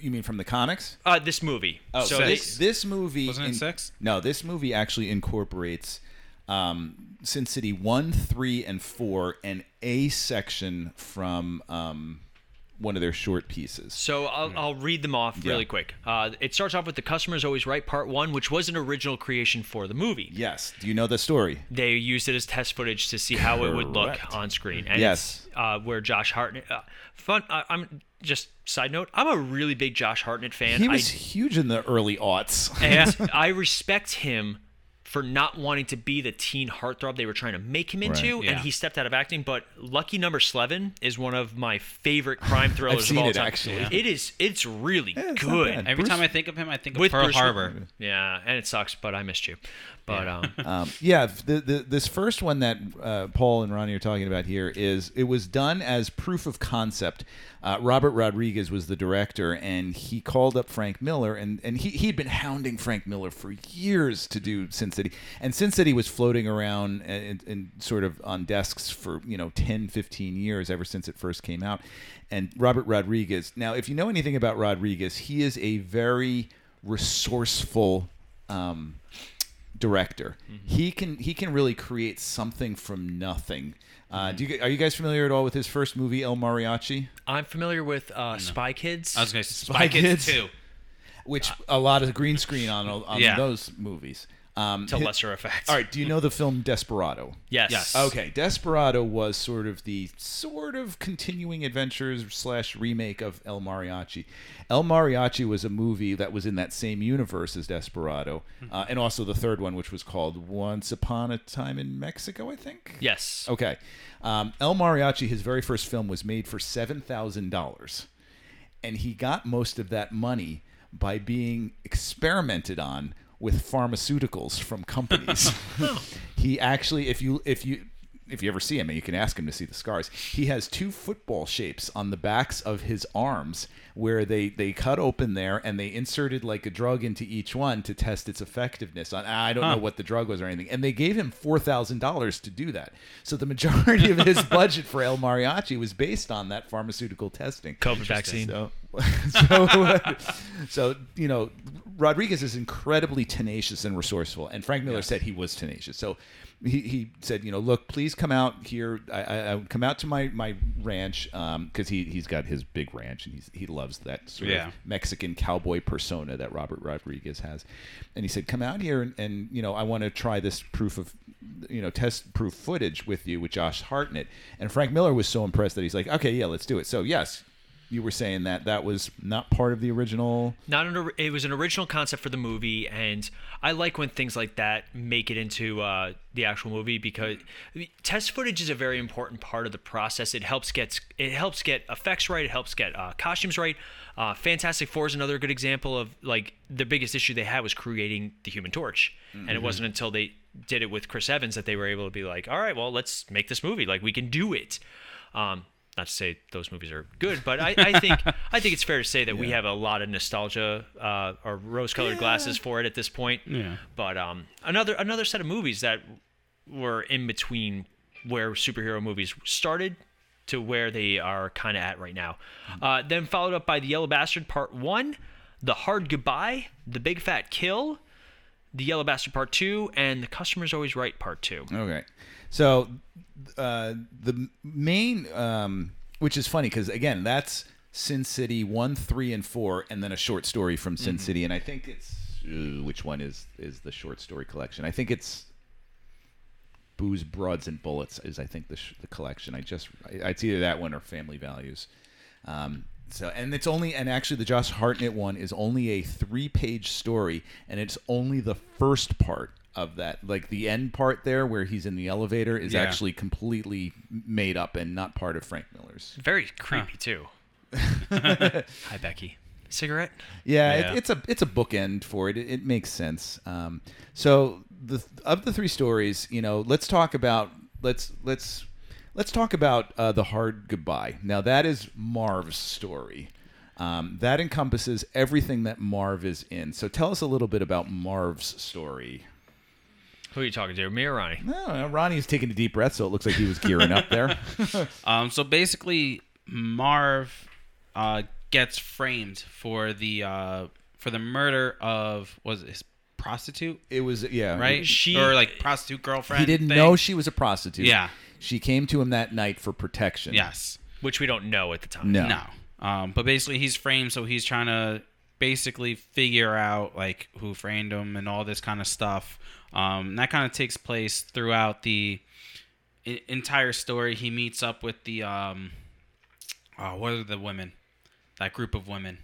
J: You mean from the comics?
K: uh this movie
J: Oh,
K: so this
J: this this movie
I: Wasn't it six?
J: No, this movie actually incorporates um, Sin City one, three, and four, and a section from um, one of their short pieces.
K: So I'll, I'll read them off really
J: Hmm. Yeah.
K: quick. Uh, it starts off with the customer's always right, part one, which was an original creation for the movie.
J: Yes. Do you know the story?
K: They used it as test footage to see how it would
J: Correct.
K: look on screen. And
J: Yes.
K: it's, uh, where Josh Hartnett. Uh, fun. I, I'm just side note. I'm a really big Josh Hartnett fan.
J: He was
K: I,
J: huge in the early aughts. *laughs*
K: and *laughs* I respect him for not wanting to be the teen heartthrob they were trying to make him into, and
I: yeah.
K: he stepped out of acting. But Lucky Number Eleven is one of my favorite crime thrillers
J: seen
K: of all
J: it,
K: time.
J: actually.
K: It is. It's really
J: it's not
K: good.
J: bad.
I: Every
J: Bruce-
I: time I think of him, I think of
K: With
I: Pearl
K: Bruce-
I: Harbor.
K: Yeah, and it sucks, but I missed you. But um, *laughs*
J: Um, yeah, the, the, this first one that uh, Paul and Ronnie are talking about here is it was done as proof of concept. Uh, Robert Rodriguez was the director, and he called up Frank Miller, and, and he, he'd been hounding Frank Miller for years to do Sin City. And Sin City was floating around and, and sort of on desks for, you know, 10, 15 years ever since it first came out. And Robert Rodriguez, now, if you know anything about Rodriguez, he is a very resourceful. Um, director.
K: Mm-hmm.
J: He can he can really create something from nothing.
K: Mm-hmm.
J: Uh, do you, are you guys familiar at all with his first movie El Mariachi,
K: I'm familiar with uh, Spy Kids.
I: I was going to say Spy Kids
J: Kids.
I: 2.
K: Uh, *laughs*
J: which a lot of green screen on on
I: Yeah.
J: those movies. Um,
K: To
I: *laughs*
J: hi-
K: lesser effect.
J: All right. Do you know the film Desperado?
K: Yes. Yes.
J: Okay. Desperado was sort of the sort of continuing adventures slash remake of El Mariachi. El Mariachi was a movie that was in that same universe as Desperado,
K: Hmm.
J: uh, and also the third one, which was called Once Upon a Time in Mexico, I think.
K: Yes.
J: Okay. Um, El Mariachi, his very first film, was made for seven thousand dollars, and he got most of that money by being experimented on with pharmaceuticals from
K: *laughs*
J: companies. he actually, if you if you if you ever see him, and you can ask him to see the scars, he has two football shapes on the backs of his arms where they they cut open there and they inserted like a drug into each one to test its effectiveness. On I don't
I: Huh.
J: know what the drug was or anything, and they gave him four thousand dollars to do that. So the majority
K: *laughs*
J: of his budget for El Mariachi was based on that pharmaceutical testing,
K: COVID vaccine.
J: So, so, *laughs* so, you know, Rodriguez is incredibly tenacious and resourceful, and Frank Miller said he was tenacious. So he, he said, you know, look, please come out here. I, I, I come out to my my ranch because he he's got his big ranch and he's, he loves that sort
I: Yeah.
J: of Mexican cowboy persona that Robert Rodriguez has. And he said, "Come out here and, and you know, I want to try this proof of, you know, test proof footage with you with Josh Hartnett." And Frank Miller was so impressed that he's like, "Okay, yeah, let's do it." So yes, you were saying that that was not part of the original.
K: Not an. or- It was an original concept for the movie, and I like when things like that make it into uh, the actual movie because I mean, test footage is a very important part of the process. It helps get it helps get effects right. It helps get uh, costumes right. Uh, Fantastic Four is another good example of like the biggest issue they had was creating the Human Torch, and it
I: Mhm.
K: wasn't until they did it with Chris Evans that they were able to be like, all right, well, let's make this movie. Like we can do it. Um, not to say those movies are good, but I, I think I think it's fair to say that we have a lot of nostalgia uh, or rose-colored glasses for it at this point.
I: Yeah.
K: But um, another another set of movies that were in between where superhero movies started to where they are kind of at right now. Uh, then followed up by The Yellow Bastard Part One, The Hard Goodbye, The Big Fat Kill, The Yellow Bastard Part Two, and The Customer's Always Right Part Two.
J: Okay. So uh, the main, um, which is funny because again, that's Sin City one, three, and four, and then a short story from Sin
I: Mhm.
J: City, and I think it's uh, which one is is the short story collection? I think it's Booze, Broads, and Bullets is I think the sh- the collection. I just I, it's either that one or Family Values. Um, so and it's only and actually the Josh Hartnett one is only a three page story and it's only the first part of that like the end part there where he's in the elevator is
I: Yeah.
J: actually completely made up and not part of Frank Miller's.
K: Very creepy too.
J: *laughs*
K: Hi Becky. Cigarette?
J: Yeah, It, it's a it's a bookend for it. It, it makes sense. Um, so the of the three stories, you know, let's talk about let's let's let's talk about uh, the hard goodbye. Now that is Marv's story. Um, that encompasses everything that Marv is in. So tell us a little bit about Marv's story.
K: Who are you talking to? Me or Ronnie?
J: Oh, Ronnie's taking a deep breath, so it looks like he was gearing up there.
I: *laughs*
J: *laughs*
I: Um, so basically, Marv uh, gets framed for the uh, for the murder of was it his prostitute?
J: It was yeah,
I: right.
K: She-
I: or like prostitute girlfriend.
J: he didn't
I: thing.
J: know she was a prostitute.
I: Yeah.
J: she came to him that night for protection.
I: Yes.
K: Which we don't know at the time.
J: No.
I: Um, but basically, he's framed, so he's trying to basically figure out like who framed him and all this kind of stuff. Um, and that kind of takes place throughout the I- entire story. He meets up with the um, oh, what are the women? That group of women.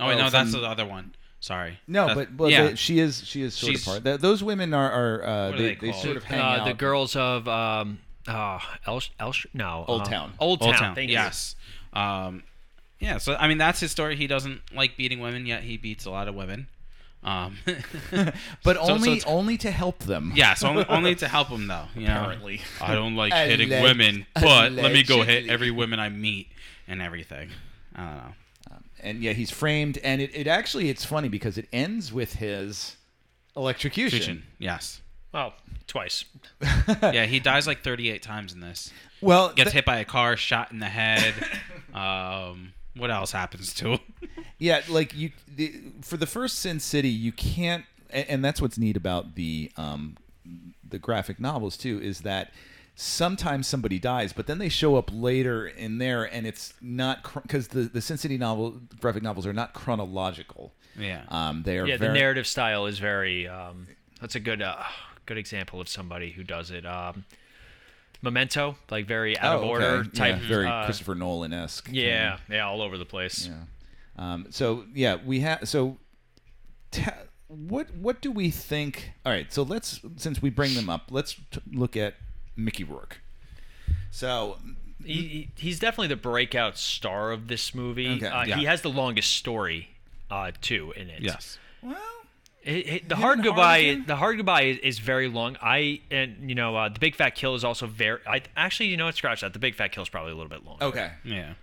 I: Oh, wait,
J: Oh,
I: no, that's
J: from-
I: the other one. Sorry.
J: No,
I: That's-
J: but, but
I: yeah.
J: the- she is she is sort
I: She's-
J: of part. Th- those women are, are uh,
I: What are
J: they,
I: they
J: they,
I: called?
J: sort of hang
K: uh,
J: out.
K: the girls of um uh El, El no
J: Old
K: uh,
J: Town.
K: Old Town.
I: Old Town,
K: Thank
I: yes. Um, yeah, so I mean that's his story. He doesn't like beating women, yet he beats a lot of women. Um,
J: but
I: so- so
J: only
I: it's-
J: only to help them.
I: Yes, *laughs* only, only to help him though. You know?
J: Apparently.
K: Uh,
I: I don't like
J: Alleg-
I: hitting women, but let me go hit
J: allegedly.
I: every woman I meet and everything. I don't know.
J: and yeah, he's framed, and it, it actually it's funny because it ends with his electrocution.
I: Fusion, Yes.
K: you. Oh, twice.
I: yeah, he dies like 38 times in this.
J: Well,
I: gets
J: th-
I: hit by a car, shot in
J: *laughs*
I: the head. um, what else happens to him?
J: Yeah, like you the, for the first Sin City, you can't, and, and that's what's neat about the um, the graphic novels too, is that sometimes somebody dies, but then they show up later in there, and it's not because the the Sin City novel graphic novels are not chronological.
I: Yeah.
J: Um, they are
K: yeah,
J: very,
K: the narrative style is very um That's a good uh, good example of somebody who does it. Um, Memento, like very out of
J: Oh,
K: order
J: okay.
K: type.
J: Yeah, very
K: uh,
J: Christopher Nolan esque.
K: Yeah, yeah, all over the place.
J: Um, so yeah, we have. So ta- what what do we think? All right. So let's since we bring them up, let's t- look at Mickey Rourke. So
K: He, he- he's definitely the breakout star of this movie.
J: Okay,
K: uh,
J: yeah.
K: He has the longest story, uh, too, in it.
I: Yes.
J: Well,
K: the hard goodbye. The hard goodbye is, is very long. I and you know uh, the big fat kill is also very. I actually you know what scratch that. The big fat kill is probably a little bit long.
J: Okay.
I: Yeah.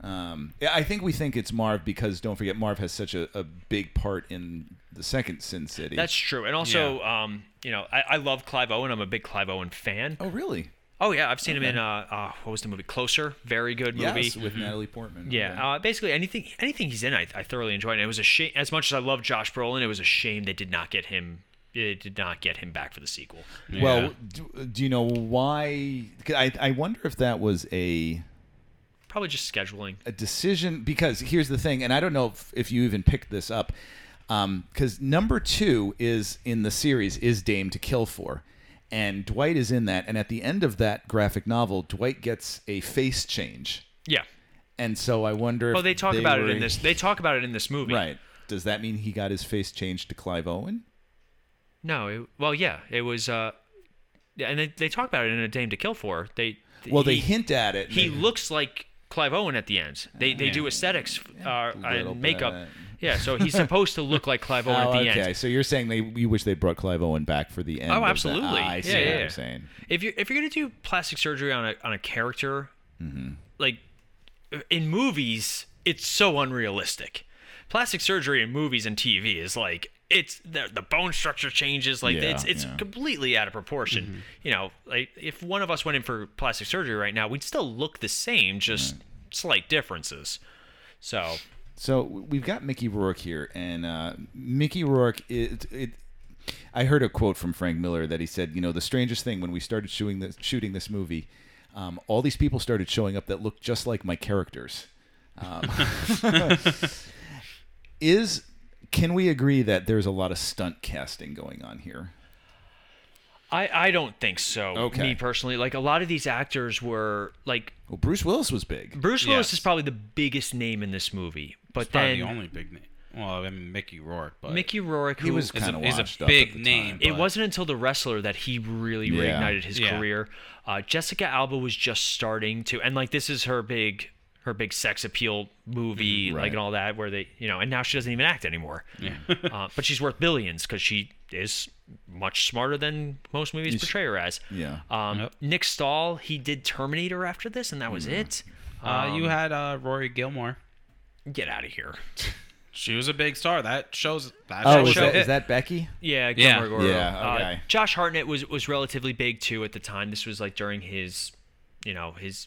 J: Um, yeah, I think we think it's Marv because don't forget Marv has such a, a big part in the second Sin City.
K: That's true. And also, um, you know, I, I love Clive Owen. I'm a big Clive Owen fan.
J: Oh, really?
K: Oh yeah, I've seen him in
J: Okay.
K: uh, uh, what was the movie? Closer. Very good movie. Mm-hmm.
J: Yes, with Natalie Portman.
K: Yeah,
J: Okay.
K: uh, basically anything anything he's in, I, I thoroughly enjoyed. And it was a shame, as much as I love Josh Brolin, it was a shame they did not get him. It did not get him back for the sequel.
J: Well, do, do you know why? 'cause I, I wonder if that was a
K: probably just scheduling.
J: a decision because here's the thing, and I don't know if, if you even picked this up, because number two is in the series is Dame to Kill for, and Dwight is in that, and at the end of that graphic novel, Dwight gets a face change,
K: Yeah.
J: and so I wonder.
K: Well,
J: if
K: they talk about it
J: were-
K: in this.
J: *laughs*
K: They talk about it in this movie.
J: Right. Does that mean he got his face changed to Clive Owen?
K: No. It, well, yeah, it was. Uh, yeah, and they, they talk about it in a Dame to Kill for. They.
J: Well, they
K: he-
J: hint at it.
K: He
J: They-
K: looks like Clive Owen at the end. They they do aesthetics uh,
J: little
K: and
J: bit, uh,
K: makeup. Yeah, so he's supposed to look like Clive Owen
J: Oh,
K: at the
J: okay.
K: end.
J: So you're saying they you wish they brought Clive Owen back for the end? of
K: Oh,
J: that.
K: absolutely.
J: I see
K: yeah,
J: what
K: yeah, yeah.
J: you're saying.
K: If you're if you're gonna do plastic surgery on a on a character,
J: Mm-hmm.
K: like in movies, it's so unrealistic. Plastic surgery in movies and TV is like it's the, the bone structure changes like
J: Yeah,
K: it's it's
J: yeah.
K: completely out of proportion. You know, like if one of us went in for plastic surgery right now, we'd still look the same, just slight differences. So
J: So we've got Mickey Rourke here, and uh, Mickey Rourke. It, it, I heard a quote from Frank Miller that he said, "You know, the strangest thing when we started shooting this, shooting this movie, um, all these people started showing up that looked just like my characters." Um, *laughs* is can we agree that there's a lot of stunt casting going on here?
K: I I don't think so.
J: Okay.
K: Me personally, like a lot of these actors were like
J: Well, Bruce Willis was big.
K: Bruce Willis
I: Yes.
K: is probably the biggest name in this movie, but
I: It's probably
K: then
I: the only big name. Well, I mean Mickey Rourke, but
K: Mickey Rourke, who
J: He was
I: is
J: kind of
I: a, is
J: washed
I: a
J: up. at
I: big
J: the time.
I: name.
K: it
I: but-
K: wasn't until the wrestler that he really
J: Yeah.
K: reignited his
I: Yeah.
K: career. Uh, Jessica Alba was just starting to, and like this is her big, her big sex appeal movie,
J: right.
K: like and all that, where they, you know, and now she doesn't even act anymore. *laughs* uh, but she's worth billions because she is much smarter than most movies
J: Yes.
K: portray her as.
J: Yeah.
K: Um, Nick Stahl, he did Terminator after this, and that was it.
I: Uh, you
K: Um,
I: had uh, Rory Gilmore.
K: get out of here.
I: She was a big star. That shows. That
J: Oh,
I: shows
J: is that,
I: it.
J: is that Becky?
K: Yeah,
I: Yeah.
K: Gilmore Goro.
J: Yeah,
K: Uh,
J: okay.
K: Josh Hartnett was was relatively big too at the time. This was like during his, you know, his,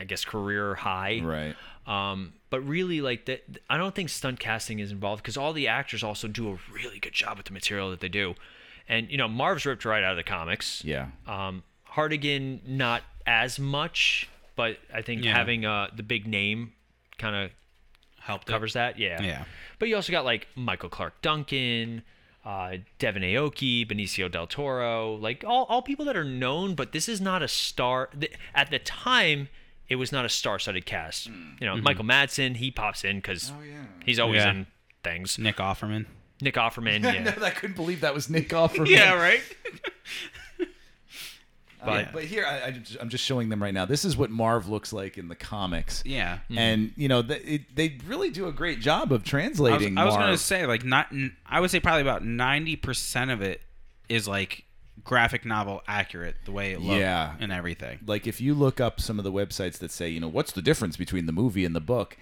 K: I guess career high.
J: Right.
K: Um, but really, like that, I don't think stunt casting is involved because all the actors also do a really good job with the material that they do, and you know, Marv's ripped right out of the comics.
J: Yeah.
K: Um, Hardigan not as much, but I think
I: Yeah.
K: having uh the big name kind of
I: helped
K: covers that. Yeah.
I: Yeah.
K: But you also got like Michael Clark Duncan, uh, Devin Aoki, Benicio del Toro, like all, all people that are known, but this is not a star. th- At the time, it was not a star studded cast. You know, Michael Madsen, he pops in because he's always
I: Hmm. Mm-hmm. Oh, Yeah.
K: in things.
I: Nick Offerman.
K: Nick
I: *laughs*
K: Offerman, yeah.
J: I couldn't believe that was Nick Offerman.
I: right.
J: But, but here, I, I, just- I'm just showing them right now. This is what Marv looks like in the comics.
I: Yeah.
J: And, you know, the, it, they really do a great job of
I: I was,
J: translating
I: I was
J: Marv.
I: gonna say like not. n- I would say probably about ninety percent of it is like graphic novel accurate the way it looked
J: Yeah.
I: and everything.
J: like, if you look up some of the websites that say, you know, what's the difference between the movie and the book,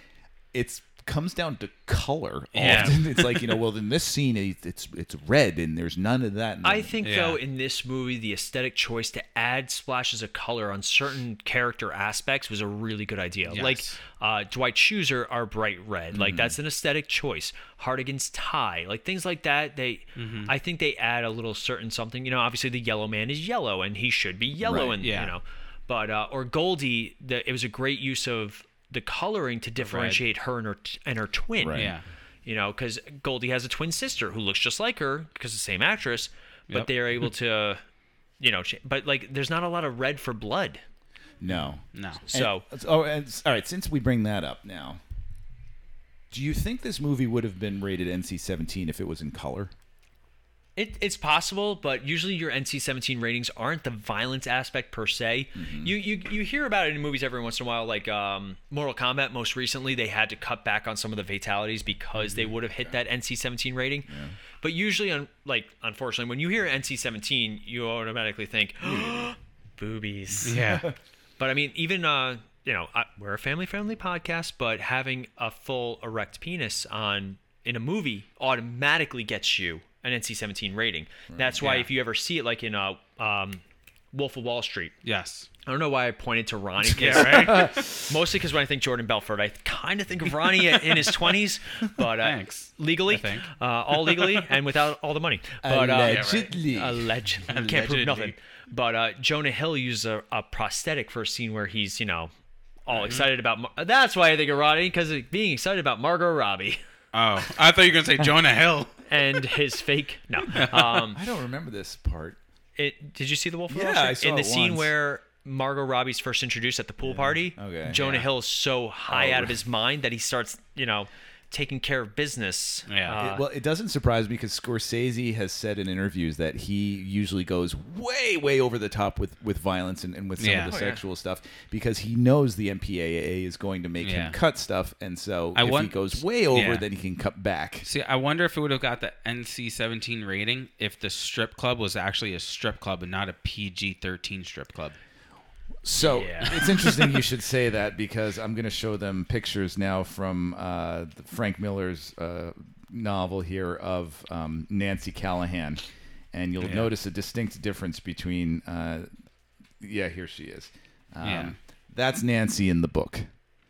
J: it's comes down to color
K: Yeah.
J: often. it's like, you
I: *laughs*
J: know, well, in this scene, it, it's it's red and there's none of that. in the-
K: I think
I: Yeah.
K: though in this movie the aesthetic choice to add splashes of color on certain character aspects was a really good idea. Like
I: Yes. Mm-hmm.
K: uh, Dwight Schuser are bright red, like that's an aesthetic choice. Hardigan's tie, like things like that. They,
I: Mm-hmm.
K: I think they add a little certain something. You know, obviously the yellow man is yellow and he should be yellow,
J: Right,
K: and
I: yeah.
K: you know, but uh, or Goldie, the, it was a great use of the coloring to differentiate her and her t- and her twin.
J: Right.
I: Yeah.
K: you know, because Goldie has a twin sister who looks just like her because the same actress, but
J: Yep.
K: they're able to, you know, cha- but like there's not a lot of red for blood.
J: No,
K: No. So-
J: And- oh, and, all right. Since we bring that up now, do you think this movie would have been rated NC-17 if it was in color?
K: It, it's possible, but usually your NC-17 ratings aren't the violence aspect per se. You, you you hear about it in movies every once in a while, like um, Mortal Kombat. Most recently, they had to cut back on some of the fatalities because they would have hit that NC-17 rating. But usually, on like unfortunately, when you hear NC-17, you automatically think boobies.
I: *laughs* Yeah.
K: but I mean, even uh, you know, I, we're a family-friendly podcast, but having a full erect penis on in a movie automatically gets you an NC-17 rating. That's why
I: Mm, Yeah.
K: if you ever see it, like in uh, um, Wolf of Wall Street.
I: Yes.
K: I don't know why I pointed to
I: *laughs*
K: Ronnie. 'cause-
I: Yeah, right?
K: Mostly because when I think Jordan Belfort, I kind of think of Ronnie in his 20s, but uh, legally, Uh, all legally, and without all the money. But, uh,
J: Allegedly.
K: yeah, right.
J: *laughs*
K: allegedly. Can't prove
J: Allegedly.
K: nothing. But uh, Jonah Hill used a, a prosthetic for a scene where he's, you know, all
J: Mm-hmm.
K: excited about. Mar- That's why I think of Ronnie, because being excited about Margot Robbie. *laughs*
I: Oh, I thought you were going to say Jonah Hill.
K: and his fake. No.
J: *laughs*
I: Mm.
K: Um,
J: I don't remember this part.
K: it did you see the Wolf of Wall
J: Yeah,
K: Street?
J: I saw
K: in the
J: it
K: scene
J: once.
K: where Margot Robbie's first introduced at the pool party.
J: Okay.
K: Jonah
J: Yeah.
K: Hill is so high
J: Oh.
K: out of his mind that he starts, you know, taking care of business.
J: It-
K: Uh,
J: well, it doesn't surprise me because Scorsese has said in interviews that he usually goes way, way over the top with, with violence and, and with some
I: Yeah.
J: of the
I: Oh, yeah.
J: sexual stuff because he knows the MPAA is going to make
I: Yeah.
J: him cut stuff. And so
I: I
J: if
I: want-
J: he goes way over,
I: yeah.
J: then he can cut back.
I: See, I wonder if it would have got the NC-17 rating if the strip club was actually a strip club and not a PG-13 strip club.
J: So it's interesting you should say
I: *laughs*
J: that because I'm going to show them pictures now from uh, the- Frank Miller's uh, novel here of um, Nancy Callahan, and you'll
I: Yeah.
J: notice a distinct difference between. Uh, yeah, here she is. Um,
I: Yeah.
J: That's Nancy in the book.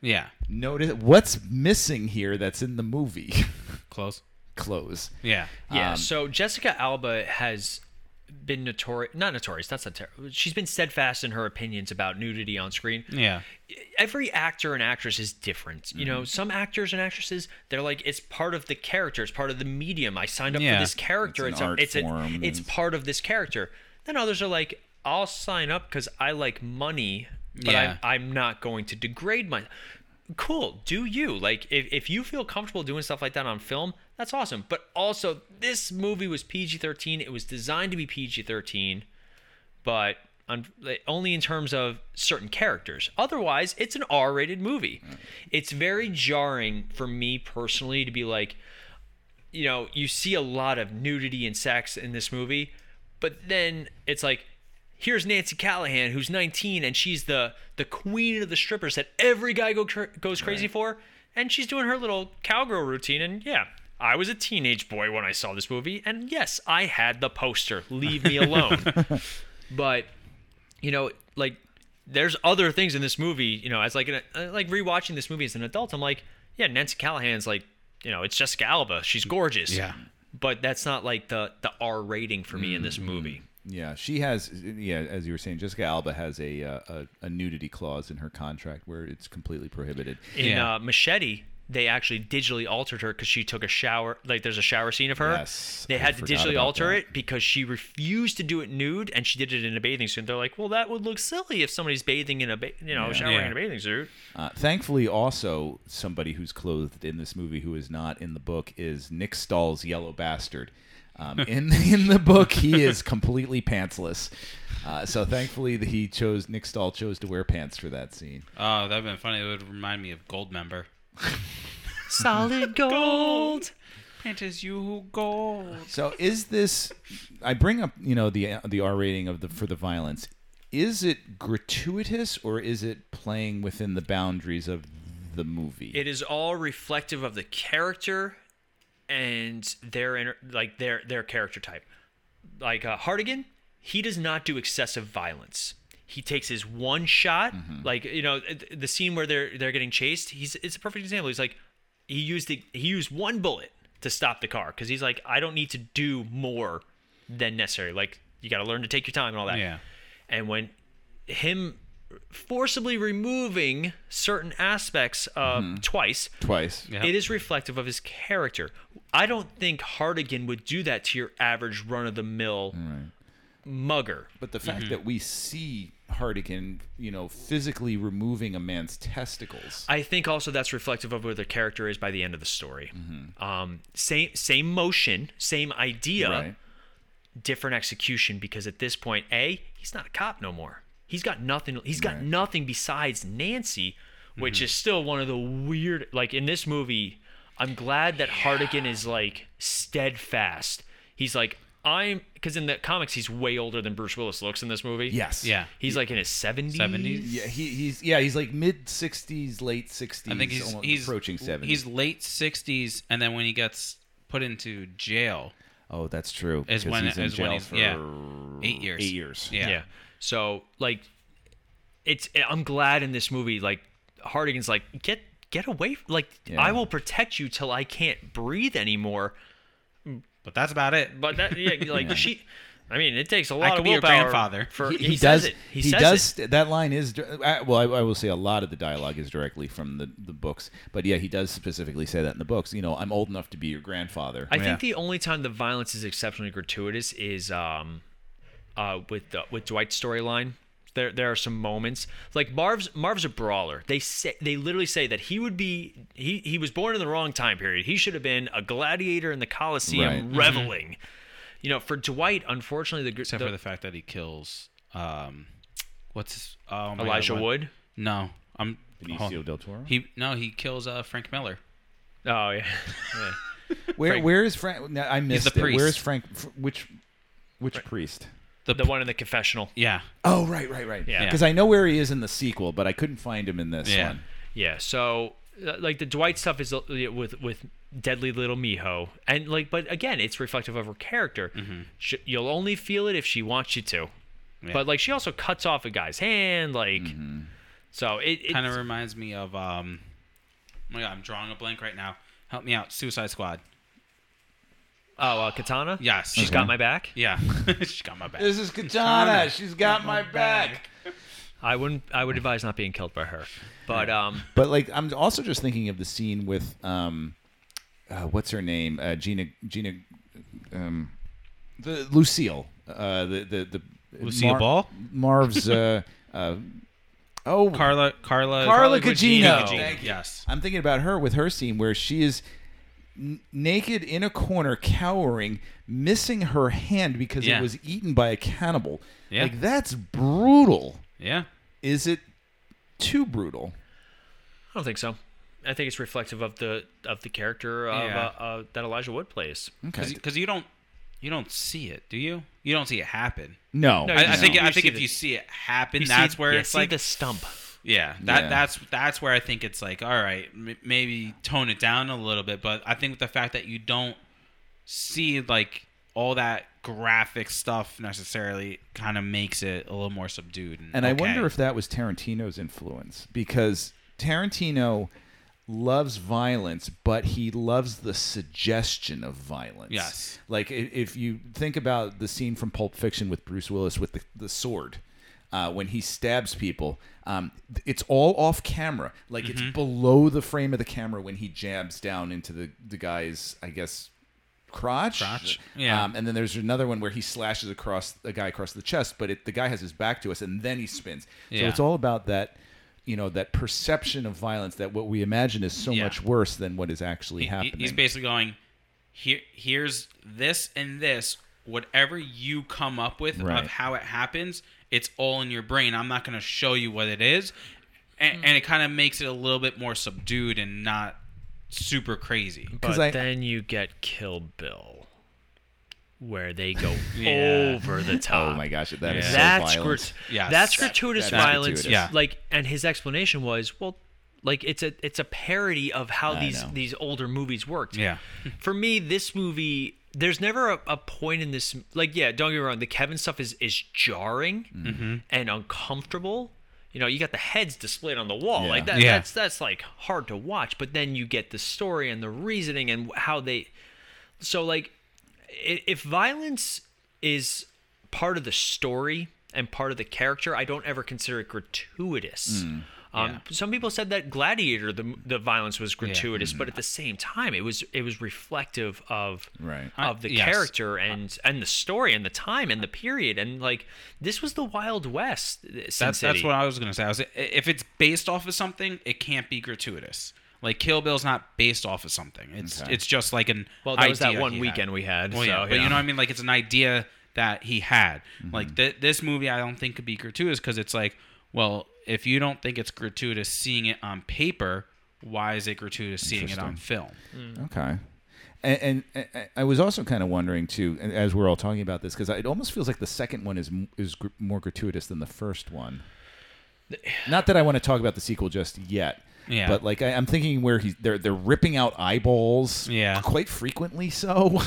I: Yeah.
J: Notice what's missing here that's in the movie. *laughs*
I: Close.
J: Close.
I: Yeah.
K: yeah.
J: Um,
K: so Jessica Alba has been notorious, not notorious. That's not terrible. She's been steadfast in her opinions about nudity on screen.
I: Yeah. Mm-hmm.
K: every actor and actress is different. You know, some actors and actresses, they're like, it's part of the character, it's part of the medium. I signed up
I: Yeah.
K: for this character. It's
I: It's an
K: a-
I: art
K: it's, a-
I: form,
K: it's
I: it's-
K: part of this character. Then others are like, I'll sign up because I like money, but
I: Yeah.
K: I'm, I'm not going to degrade my. Cool, do you like if, if you feel comfortable doing stuff like that on film? That's awesome. But also, this movie was PG 13, it was designed to be PG 13 but on, only in terms of certain characters. Otherwise, it's an R-rated movie. It's very jarring for me personally to be like, you know, you see a lot of nudity and sex in this movie, but then it's like, here's Nancy Callahan who's 19 and she's the the queen of the strippers that every guy go cr- goes crazy for, and she's doing her little cowgirl routine, and yeah. I was a teenage boy when I saw this movie, and yes, I had the poster. Leave me alone. but you know like there's other things in this movie you know as like an, uh, like rewatching this movie as an adult i'm like yeah nancy callahan's like you know it's jessica alba she's gorgeous
J: Yeah.
K: but that's not like the the r rating for me in
J: Mm.
K: this movie
J: Yeah, she has. Yeah, as you were saying, Jessica Alba has a uh, a, a nudity clause in her contract where it's completely prohibited.
K: in uh, machete they actually digitally altered her because she took a shower like there's a shower scene of her
J: Yes,
K: they
J: I
K: had to
J: forgot
K: digitally
J: about
K: alter
J: that.
K: it because she refused to do it nude and she did it in a bathing suit they're like well that would look silly if somebody's bathing in a ba- you know
J: Yeah.
K: showering
J: Yeah.
K: in a bathing suit
J: Uh, thankfully, also somebody who's clothed in this movie who is not in the book is Nick Stahl's yellow bastard. Um, in in the book, he is completely pantsless. Uh, so thankfully, that he chose Nick Stahl chose to wear pants for that scene.
I: Oh, that'd been funny. It would remind me of Goldmember.
K: solid gold
I: Panties you gold.
J: So is this? I bring up you know the the R rating of the for the violence. Is it gratuitous or is it playing within the boundaries of the movie?
K: It is all reflective of the character and their inner, like their their character type. Like uh, Hardigan, he does not do excessive violence. He takes his one shot, like you know th- the scene where they're they're getting chased. He's it's a perfect example. He's like he used the, he used one bullet to stop the car because he's like I don't need to do more than necessary. Like you got to learn to take your time and all that.
I: Yeah.
K: And when him forcibly removing certain aspects of twice.
J: Twice.
K: It is reflective of his character. I don't think Hardigan would do that to your average run of the mill mugger.
J: But the
I: Mm-hmm.
J: fact that we see Hardigan, you know, physically removing a man's testicles.
K: I think also that's reflective of where the character is by the end of the story. Um, same same motion, same
I: Uh,
K: idea,
J: Right.
K: different execution. Because at this point, a he's not a cop no more. He's got nothing. He's got nothing besides Nancy, which is still one of the weird. Like in this movie, I'm glad that Hardigan is like steadfast. He's like. I'm because in the comics he's way older than Bruce Willis looks in this movie.
J: Yes. Yeah.
K: he's like in his seventies.
J: Yeah, he, he's yeah, he's like mid sixties, late sixties.
I: I think he's he's
J: approaching seventy.
I: He's late sixties, and then when he gets put into jail,
J: oh, that's true.
I: is
J: because
I: when
J: he's in
I: is
J: jail
I: when he's
J: for
I: yeah eight years.
J: Eight years.
I: Yeah.
K: Yeah. So like, it's eh, I'm glad in this movie like Hardigan's like get get away f- like I will protect you till I can't breathe anymore.
I: But that's about it.
K: But that yeah
I: *laughs*
K: like
J: Yeah.
K: she. I mean, it takes a lot
I: could
K: of
I: be your
K: willpower.
I: grandfather.
K: For,
I: He-
K: he,
I: he
K: says
J: does.
K: it. He, says
J: does.
K: It.
J: st- That line is dir- I- well. I, I will say a lot of the dialogue is directly from the, the books, but yeah, he does specifically say that in the books. You know, I'm old enough to be your grandfather.
K: I think the only time the violence is exceptionally gratuitous is um, uh, with the, with Dwight's storyline. There there are some moments like Marv's Marv's a brawler. They say they literally say that he would be he he was born in the wrong time period. He should have been a gladiator in the Colosseum
I: Right.
K: reveling. You know, for Dwight, unfortunately, the, gr-
I: except
K: the
I: for the fact that he kills um, what's his oh my
K: Elijah
I: God, what-
K: Wood?
I: No, I'm
J: Benicio
I: hold on.
J: del Toro?
I: He no, he kills uh, Frank Miller.
K: oh yeah,
J: Where
I: Frank-
J: where is Frank? No, I missed
I: the
J: it. Where is
I: priest.
J: Frank? fr- Which which priest?
K: *laughs* the, the one in the confessional.
I: Yeah.
J: Oh right right right.
K: Yeah.
J: Because I know where he is in the sequel, but I couldn't find him in this
I: Yeah.
J: one.
K: Yeah. So uh, like the Dwight stuff is uh, with with Deadly Little Miho, and like, but again, it's reflective of her character. Sh you'll only feel it if she wants you to.
I: Mm-hmm. Yeah. Mm-hmm.
K: But like, she also cuts off a guy's hand, like. So it, it
I: Kind of reminds me of um, oh my God, I'm drawing a blank right now. Help me out, Suicide Squad.
K: oh uh, Katana.
I: Yes.
K: she's got my
I: *laughs*
K: back.
I: Yeah, she Mm-hmm. got my back.
J: This is Katana. She's got my back.
K: I wouldn't. I would advise not being killed by her. But um,
J: But like, I'm also just thinking of the scene with um, uh, what's her name? Uh, Gina Gina, um, the Lucille, uh, the the the
I: Lucille Ball?
J: Marv's.
I: *laughs*
J: Uh, uh, oh,
I: Carla Carla
J: Carla
I: Gugino.
J: Gugino. Thank you.
I: Yes.
J: I'm thinking about her with her scene where she is n- naked in a corner, cowering, missing her hand because
I: Yeah.
J: it was eaten by a cannibal.
I: Yeah.
J: Like that's brutal.
I: Yeah.
J: Is it too brutal?
K: I don't think so. I think it's reflective of the of the character of,
I: Yeah.
K: uh, uh, that Elijah Wood plays.
J: Okay.
I: Because you don't you don't see it, do you? You don't see it happen.
J: No.
K: No,
I: I,
K: you
I: I
K: see-
I: think
K: you
I: I think
K: see
I: if
K: the-
I: you see it happen,
K: You see-
I: that's where
K: you
I: it's
K: see
I: like
K: the stump.
I: yeah, that
J: Yeah.
I: that's that's where I think it's like all right, m- maybe tone it down a little bit. But I think the fact that you don't see like all that graphic stuff necessarily kind of makes it a little more subdued. And,
J: And I wonder
I: Mm-hmm. okay.
J: if that was Tarantino's influence because Tarantino loves violence, but he loves the suggestion of violence.
I: Yes.
J: Like i- if you think about the scene from Pulp Fiction with Bruce Willis with the, the sword. Uh, when he stabs people, um, th- it's all off camera. Like
I: Mm-hmm.
J: it's below the frame of the camera when he jabs down into the, the guy's, I guess, crotch.
I: Crotch, yeah.
J: Um, and then there's another one where he slashes across a guy across the chest, but it, the guy has his back to us, and then he spins. So
I: Yeah.
J: it's all about that, you know, that perception of violence that what we imagine is so
I: Yeah.
J: much worse than what is actually
I: He- he-
J: happening.
I: He's basically going, here, here's this and this. Whatever you come up with
J: Right.
I: of how it happens, it's all in your brain. I'm not going to show you what it is, and, and it kind of makes it a little bit more subdued and not super crazy.
K: But
J: 'Cause I-
K: then you get Kill Bill, where they *laughs* go
I: Yeah.
K: over the top.
J: oh my gosh, that is
K: That's
J: so
K: grat-
J: violent.
I: Yes.
K: that's
I: That-
K: gratuitous
J: that's
K: violence.
J: gratuitous.
I: Yeah.
K: Like, and his explanation was, well, like it's a it's a parody of how
J: I
K: these
J: know.
K: these older movies worked.
I: Yeah.
K: For me, this movie, there's never a, a point in this. Like, yeah, don't get me wrong. The Kevin stuff is is jarring
I: Mm-hmm.
K: and uncomfortable. You know, you got the heads displayed on the wall.
J: Yeah.
K: Like that,
I: Yeah.
K: that's that's like hard to watch. But then you get the story and the reasoning and how they. So like, i- if violence is part of the story and part of the character. I don't ever consider it gratuitous.
J: Mm,
K: Um,
J: yeah.
K: Some people said that Gladiator the the violence was gratuitous,
J: Mm.
K: but at the same time, it was it was reflective of
J: Right.
K: of the
J: Uh, yes.
K: character and and the story and the time and the period and like this was the Wild West. uh, Sin
I: That's that's
K: City.
I: what I was gonna say. I was if it's based off of something, it can't be gratuitous. Like Kill Bill's not based off of something. It's
K: Okay.
I: it's just like an
K: Well, that was that
I: idea
K: one
I: he
K: weekend we had,
I: Well, yeah, Mm-hmm.
K: so,
I: but
K: yeah.
I: you know what I mean. Like it's an idea that he had. Like th- this movie, I don't think could be gratuitous because it's like, well, if you don't think it's gratuitous seeing it on paper, why is it gratuitous seeing it on film?
J: Okay. And, and, and I was also kind of wondering too, and as we're all talking about this, because it almost feels like the second one is m- is gr- more gratuitous than the first one. Not that I want to talk about the sequel just yet.
I: Yeah.
J: But like I, I'm thinking where he's they're they're ripping out eyeballs.
I: Yeah.
J: Quite frequently so.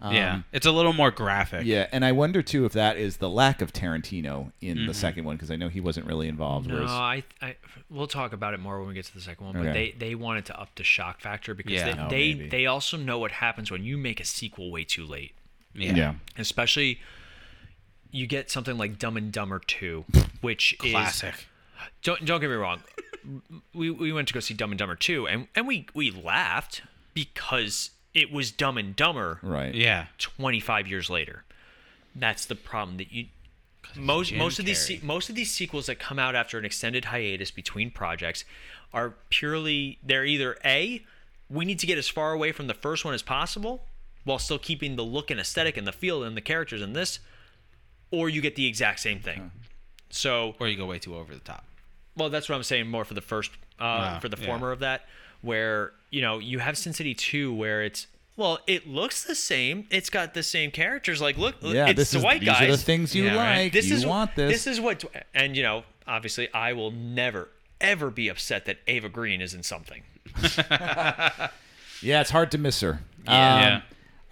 I: yeah,
J: Um,
I: it's a little more graphic.
J: Yeah, and I wonder too if that is the lack of Tarantino in the second one because I know he wasn't really involved.
K: No,
J: whereas-
K: I, I we'll talk about it more when we get to the second one. But
J: Okay.
K: they, they wanted to up the shock factor because
J: Yeah.
K: they
J: Oh,
K: they,
J: maybe.
K: they also know what happens when you make a sequel way too late.
J: Yeah. Yeah.
K: Especially, you get something like Dumb and Dumber Two, which is
I: Classic.
K: Don't don't get me wrong. *laughs* we we went to go see Dumb and Dumber Two, and and we we laughed because it was Dumb and Dumber.
J: Right.
I: Yeah.
K: 25 years later. That's the problem that you most
I: Jim
K: most of these se-
I: Carrey.
K: most of these sequels that come out after an extended hiatus between projects are purely they're either a we need to get as far away from the first one as possible while still keeping the look and aesthetic and the feel and the characters and this or you get the exact same thing. So
I: or you go way too over the top.
K: Well, that's what I'm saying more for the first uh,
I: Ah,
K: for the
I: yeah.
K: former of that where, you know, you have Sin City 2 where it's well, it looks the same. It's got the same characters. Like, look,
J: Yeah,
K: it's
J: this
K: the
J: is-
K: white
J: these are
K: guys.
J: the things you Yeah, right. like. You
K: is
J: want this.
K: This is what, and you know, obviously, I will never ever be upset that Ava Green is in something.
J: Yeah, it's hard to miss her.
K: Yeah.
J: Um,
K: Yeah.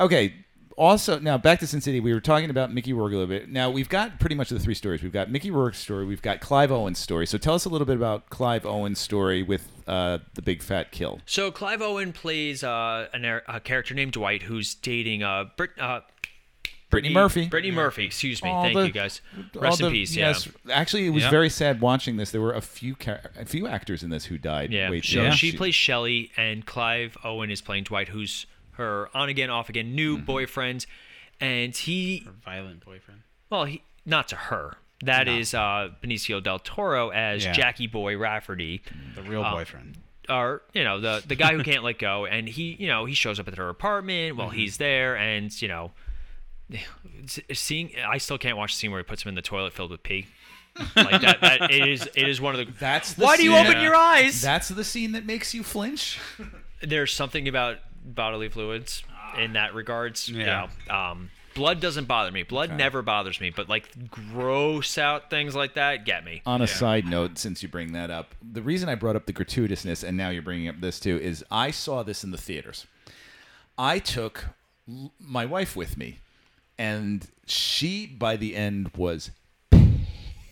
J: Okay. Also, now back to Sin City. We were talking about Mickey Rourke a little bit. Now we've got pretty much the three stories. We've got Mickey Rourke's story. We've got Clive Owen's story. So tell us a little bit about Clive Owen's story with uh, the big fat kill.
K: So Clive Owen plays uh, an, er- a character named Dwight who's dating uh, Brit, uh,
J: Brittany Murphy.
K: Brittany Murphy. Excuse me.
J: All
K: Thank
J: the-
K: you guys.
J: all
K: Rest in
J: the-
K: peace.
J: yes.
K: yeah.
J: Actually, it was
K: Yeah.
J: very sad watching this. There were a few char- a few actors in this who died.
K: Yeah.
J: way too
K: so she
J: soon.
K: plays Shelly, and Clive Owen is playing Dwight, who's her on again, off again new boyfriend, and he
I: violent boyfriend.
K: Well, he, not to her. That is uh, Benicio del Toro as
I: Yeah.
K: Jackie Boy Rafferty,
I: the real
K: Uh,
I: boyfriend.
K: or you know the the guy who can't let go, *laughs* and he you know he shows up at her apartment while
I: Mhm.
K: he's there, and you know. s- Seeing, I still can't watch the scene where he puts him in the toilet filled with pee. Like that, that it is. It is one of the.
J: That's the
K: why do you
J: scene-
K: open your eyes?
J: That's the scene that makes you flinch.
K: there's something about bodily fluids in that regards.
I: Yeah.
K: Yeah. um, blood doesn't bother me. Blood never bothers me. But like gross out things like that get me.
J: On a side note, since you bring that up, the reason I brought up the gratuitousness and now you're bringing up this too is I saw this in the theaters. I took l- my wife with me, and she by the end was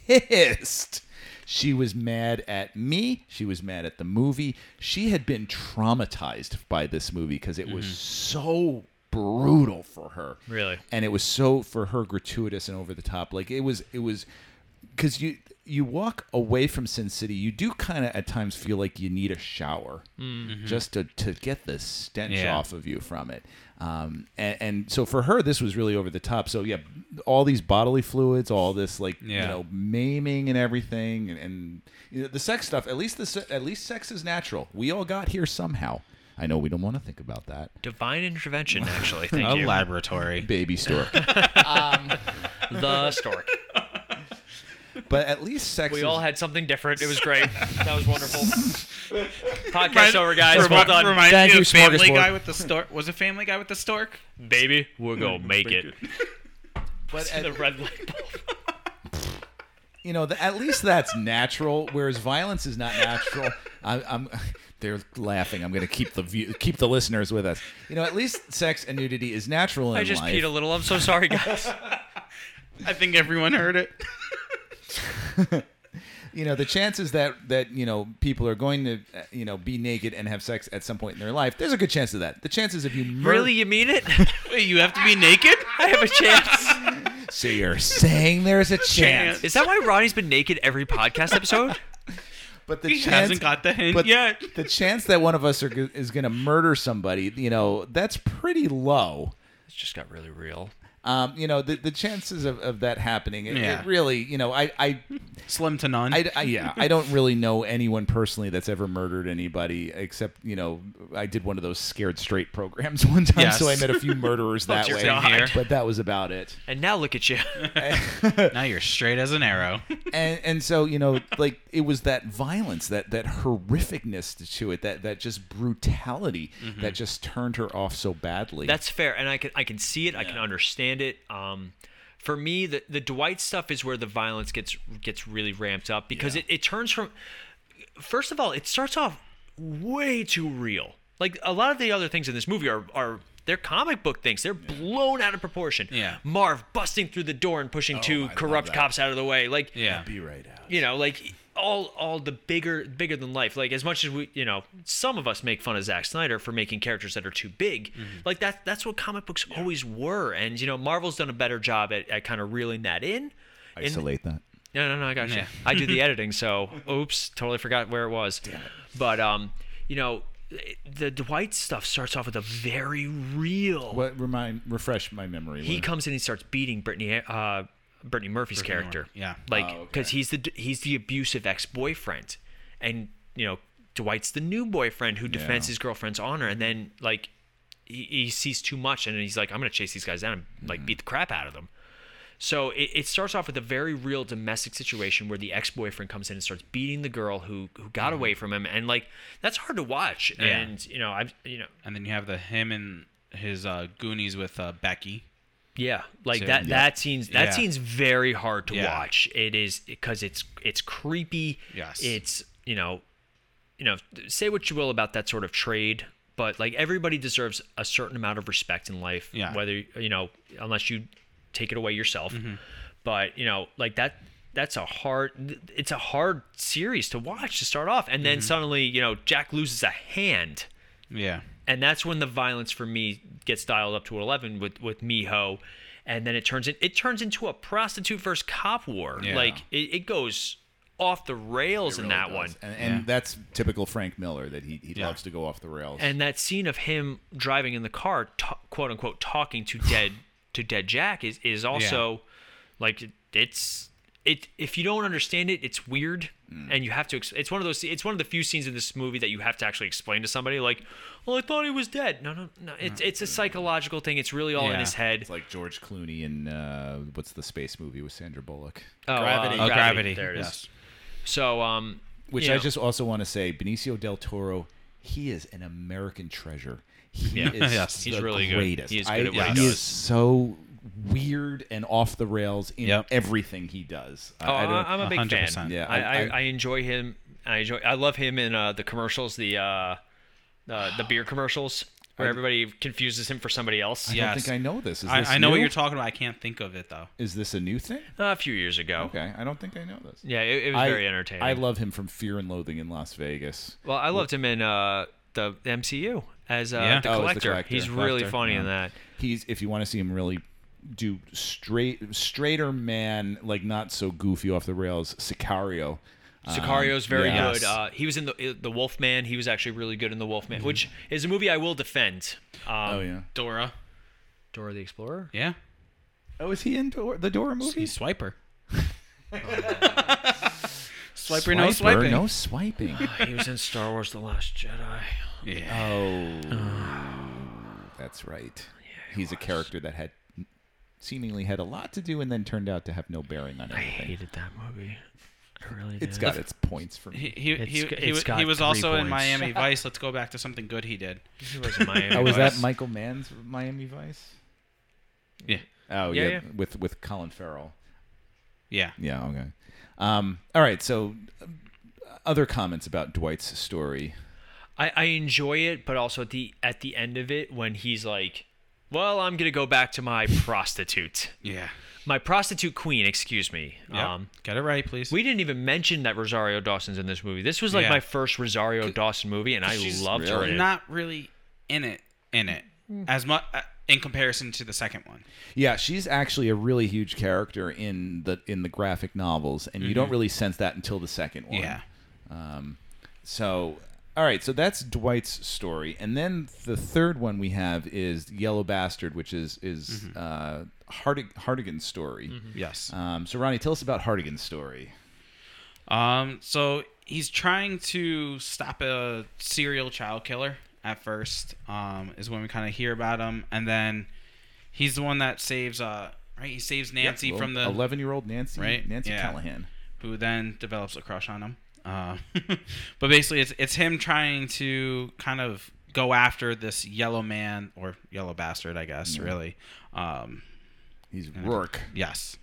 J: pissed. She was mad at me. She was mad at the movie. She had been traumatized by this movie because it was so brutal for her.
K: Really?
J: And it was so for her gratuitous and over the top. Like it was it was cuz you you walk away from Sin City, you do kind of at times feel like you need a shower
I: Mhm.
J: just to, to get the stench
I: Yeah.
J: off of you from it. Um, and, and so for her, this was really over the top. So yeah, all these bodily fluids, all this like you
I: Yeah.
J: know maiming and everything, and, and you know, the sex stuff. At least the se- at least sex is natural. We all got here somehow. I know we don't want to think about that.
K: Divine intervention, actually. Thank
I: a
K: you.
I: laboratory.
J: Baby
I: *laughs*
J: stork.
K: um, the stork.
J: but at least sex.
K: We
J: is-
K: all had something different. It was great. That was wonderful. Podcast over, guys.
I: Remi-
K: well done.
I: Reminds me of Family Guy with the stork. Was it Family Guy with the stork?
K: Baby, we're gonna make it.
J: But
K: the red light bulb.
J: you know, the, at least that's natural. Whereas violence is not natural. I, I'm, they're laughing. I'm going to keep the view, keep the listeners with us. You know, at least sex and nudity is natural in
K: I just
J: life.
K: peed a little. I'm so sorry, guys.
I: I think everyone heard it.
J: you know, the chances that that you know people are going to uh, you know be naked and have sex at some point in their life, there's a good chance of that. The chances of you mur-
K: Really, you mean it?
I: Wait, you have to be naked?
K: I have a chance.
J: So you're saying there's a chance.
K: Is that why Ronnie's been naked every podcast *laughs* episode?
J: But
I: He hasn't got the hint
J: but
I: yet.
J: The chance that one of us are, go- is going to murder somebody, you know, that's pretty low.
K: It's just got really real.
J: Um, you know, the, the chances of, of that happening, it, it
I: Yeah.
J: really, you know, I, I
I: slim to none.
J: I, I- I don't really know anyone personally that's ever murdered anybody, except you know, I did one of those scared straight programs *laughs* one time,
I: Yes.
J: so I met a few murderers that
I: Same
J: way.
I: here.
J: But that was about it.
K: And now look *laughs* at you.
I: now you're straight as an *laughs* arrow.
J: and and so you know like it was that violence that that horrificness to it that that just brutality that just turned her off so badly
K: That's fair, and I can I can see it. I can understand it. Um, for me, the the Dwight stuff is where the violence gets gets really ramped up because it, it turns from. First of all, it starts off way too real. Like a lot of the other things in this movie are are they're comic book things. They're blown out of proportion.
I: Yeah.
K: Marv busting through the door and pushing two corrupt cops out of the way. Like
I: Yeah.
J: be right out
K: you know like all all the bigger bigger than life like as much as we you know some of us make fun of Zack Snyder for making characters that are too big like that that's what comic books always were and you know Marvel's done a better job at, at kind of reeling that in And-
J: isolate that
K: no, no, no, I got you.
I: Yeah.
K: I do the editing, so oops, totally forgot where it was. But um, you know, the Dwight stuff starts off with a very real.
J: what remind refresh my memory
K: He
J: Lou.
K: comes in and starts beating Brittany, uh, Brittany Murphy's character.
I: yeah.
K: like
J: Oh, okay.
K: because he's the he's the abusive ex boyfriend, and you know Dwight's the new boyfriend who defends
J: Yeah.
K: his girlfriend's honor, and then like he, he sees too much, and he's like, I'm gonna chase these guys down and like beat the crap out of them. So it, it starts off with a very real domestic situation where the ex boyfriend comes in and starts beating the girl who who got away from him, and like that's hard to watch.
I: Yeah.
K: And you know I you know
I: And then you have the him and his uh, Goonies with uh, Becky.
K: yeah, like
I: So-
K: that.
I: Yeah.
K: That scene's that
I: Yeah.
K: scene's very hard to
I: Yeah.
K: watch. It is because it's it's creepy.
I: Yes.
K: it's you know, you know, say what you will about that sort of trade, but like everybody deserves a certain amount of respect in life.
I: Yeah.
K: whether you know, unless you take it away yourself,
I: Mm-hmm.
K: but you know, like that. That's a hard. It's a hard series to watch to start off, and then
I: Mm-hmm.
K: suddenly you know Jack loses a hand
I: Yeah.
K: and that's when the violence for me gets dialed up to 11 with with Miho and then it turns in, it turns into a prostitute versus cop war
I: Yeah.
K: like it, it goes off the rails in that one
J: and, and that's typical frank miller that he, he
I: Yeah.
J: loves to go off the rails
K: and that scene of him driving in the car ta quote unquote talking to dead to dead jack is is also like it- it's it if you don't understand it it's weird and you have to ex- it's one of those it's one of the few scenes in this movie that you have to actually explain to somebody like well i thought he was dead no no no it's it's a psychological thing it's really all in
I: Yeah.
K: his head
J: it's like george clooney in uh, what's the space movie with sandra bullock
K: Oh, uh,
I: Gravity. Oh, Gravity.
K: there it is
I: Yes.
K: so um
J: Which
K: you
J: I
K: know,
J: just also want to say, Benicio del Toro, he is an American treasure.
K: *laughs*
J: He is
I: Yes.
K: He's
J: the
K: really good.
J: greatest.
K: He is
J: I-
K: good at what he
J: he
K: does.
J: is so weird and off the rails in
I: Yep.
J: everything he does. I-
K: Oh,
J: I don't-
K: I am a big fan.
I: 100%.
J: Yeah,
K: I, I,
J: I-
K: I, enjoy him. I enjoy. I love him in uh, the commercials, the uh, the the beer commercials, where everybody confuses him for somebody else.
J: I
I: Yeah.
J: don't
I: yes.
J: think I know this. Is
I: I,
J: this
I: I know what
J: new?
I: you're talking about. I can't think of it though.
J: Is this a new thing?
K: a few years ago.
J: Okay, I don't think I know this.
K: Yeah, it, it was
J: I-
K: very entertaining.
J: I love him from Fear and Loathing in Las Vegas.
K: Well, I loved him in uh, the MCU as uh,
I: Yeah.
K: the,
J: Oh, as the
K: collector.
J: collector.
K: He's really
J: Collector,
K: funny in
J: yeah.
K: that.
J: He's if you want to see him really do straight straighter man, like not so goofy off the rails, Sicario. Um,
K: Sicario's very
J: yeah.
K: good. Uh, he was in the the Wolfman. He was actually really good in the Wolfman,
J: Mm-hmm.
K: which is a movie I will defend. Um,
J: oh yeah.
I: Dora.
K: Dora the Explorer.
I: Yeah.
J: Oh, is he in Dor- the Dora
I: He's
J: movies?
I: Swiper.
K: *laughs*
I: Swiper, no swiping.
K: *sighs*
J: No swiping.
K: he was in Star Wars: The Last Jedi.
I: Yeah.
J: oh, that's right.
K: Oh,
J: He's a character that had seemingly had a lot to do and then turned out to have no bearing on anything.
K: hated that movie. I really did.
J: It's got its points
K: *laughs*
J: for me.
I: He he
K: It's
I: he, he,
K: g-
I: he
K: it's
I: was,
K: got
I: he was
K: three
I: also in
K: points.
I: *laughs* Miami Vice. Let's go back to something good he did.
K: He was in Miami
J: *laughs* Oh, was
K: Vice.
J: that Michael Mann's Miami Vice?
I: Yeah.
J: Oh
K: Yeah,
J: yeah,
K: yeah.
J: with with Colin Farrell.
I: Yeah.
J: Yeah, okay. Um, all right, so uh, other comments about Dwight's story.
K: I, I enjoy it, but also at the at the end of it when he's like, "Well, I'm gonna go back to my prostitute,
I: Yeah.
K: my prostitute queen." Excuse me.
I: Yep.
K: Um,
I: Get it right, please.
K: we didn't even mention that Rosario Dawson's in this movie. This was like
I: Yeah.
K: my first Rosario Dawson movie, and I
I: She's
K: loved her. in it.
I: Not really in it. In it as much in comparison to the second one.
J: Yeah, she's actually a really huge character in the in the graphic novels, and you
I: Mhm.
J: don't really sense that until the second one.
I: Yeah.
J: Um, so, all right, so that's Dwight's story, and then the third one we have is Yellow Bastard, which is is
I: Mm-hmm.
J: uh, Hardig- Hardigan's story.
I: Mhm. Yes.
J: Um, so, Ronnie, tell us about Hardigan's story.
I: Um, so he's trying to stop a serial child killer at first. Um, is when we kind of hear about him, and then he's the one that saves. Uh, right, he saves Nancy
J: well,
I: from the
J: 11-year-old Nancy-
I: Right,
J: Nancy Callahan.
I: who then develops a crush on him. Uh, *laughs* but basically, it's it's him trying to kind of go after this yellow man or yellow bastard, I guess.
J: Yeah.
I: Really, um,
J: he's Rourke.
I: Yes.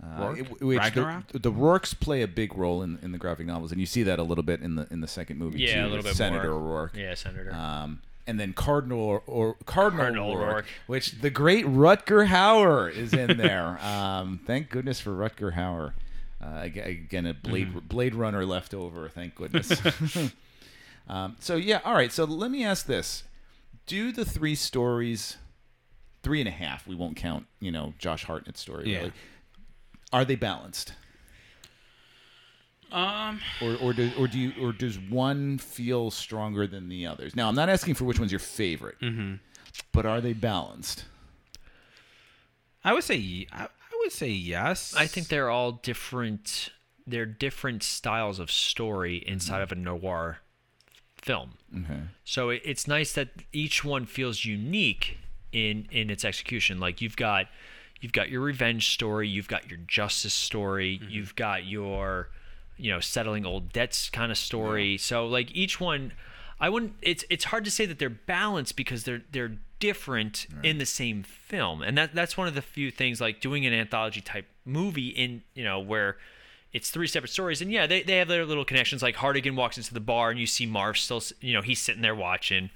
J: Uh,
I: Rourke?
J: it- which
I: Ragnarok?
J: the, the Rourks play a big role in, in the graphic novels, and you see that a little bit in the in the second movie.
K: Yeah,
J: too,
K: a little
J: with
K: bit
J: Senator
K: more.
J: Rourke.
K: Yeah, Senator.
J: Um, and then Cardinal or, Cardinal,
K: Cardinal
J: Rourke,
K: Rourke.
J: which the great Rutger Hauer is in there.
I: *laughs*
J: um, thank goodness for Rutger Hauer. Uh, ag- again, a Blade
I: Mm-hmm.
J: Blade Runner leftover. Thank
I: *laughs*
J: goodness. *laughs* um, so yeah, all right. So let me ask this: Do the three stories, three and a half? We won't count, you know, Josh Hartnett's story.
I: Yeah.
J: Really, are they balanced?
I: Um,
J: or or do, or do you or does one feel stronger than the others? Now, I'm not asking for which one's your favorite, but are they balanced?
I: I would say ye- I, I would say yes.
K: I think they're all different. They're different styles of story inside of a noir film.
J: Okay.
K: So it, it's nice that each one feels unique in in its execution. Like you've got you've got your revenge story, you've got your justice story, you've got your you know settling old debts kind of story. So like each one, I wouldn't. It's it's hard to say that they're balanced because they're they're different in the same film, and that that's one of the few things like doing an anthology type movie in you know where it's three separate stories and yeah they, they have their little connections like hardigan walks into the bar and you see marv still s- you know he's sitting there watching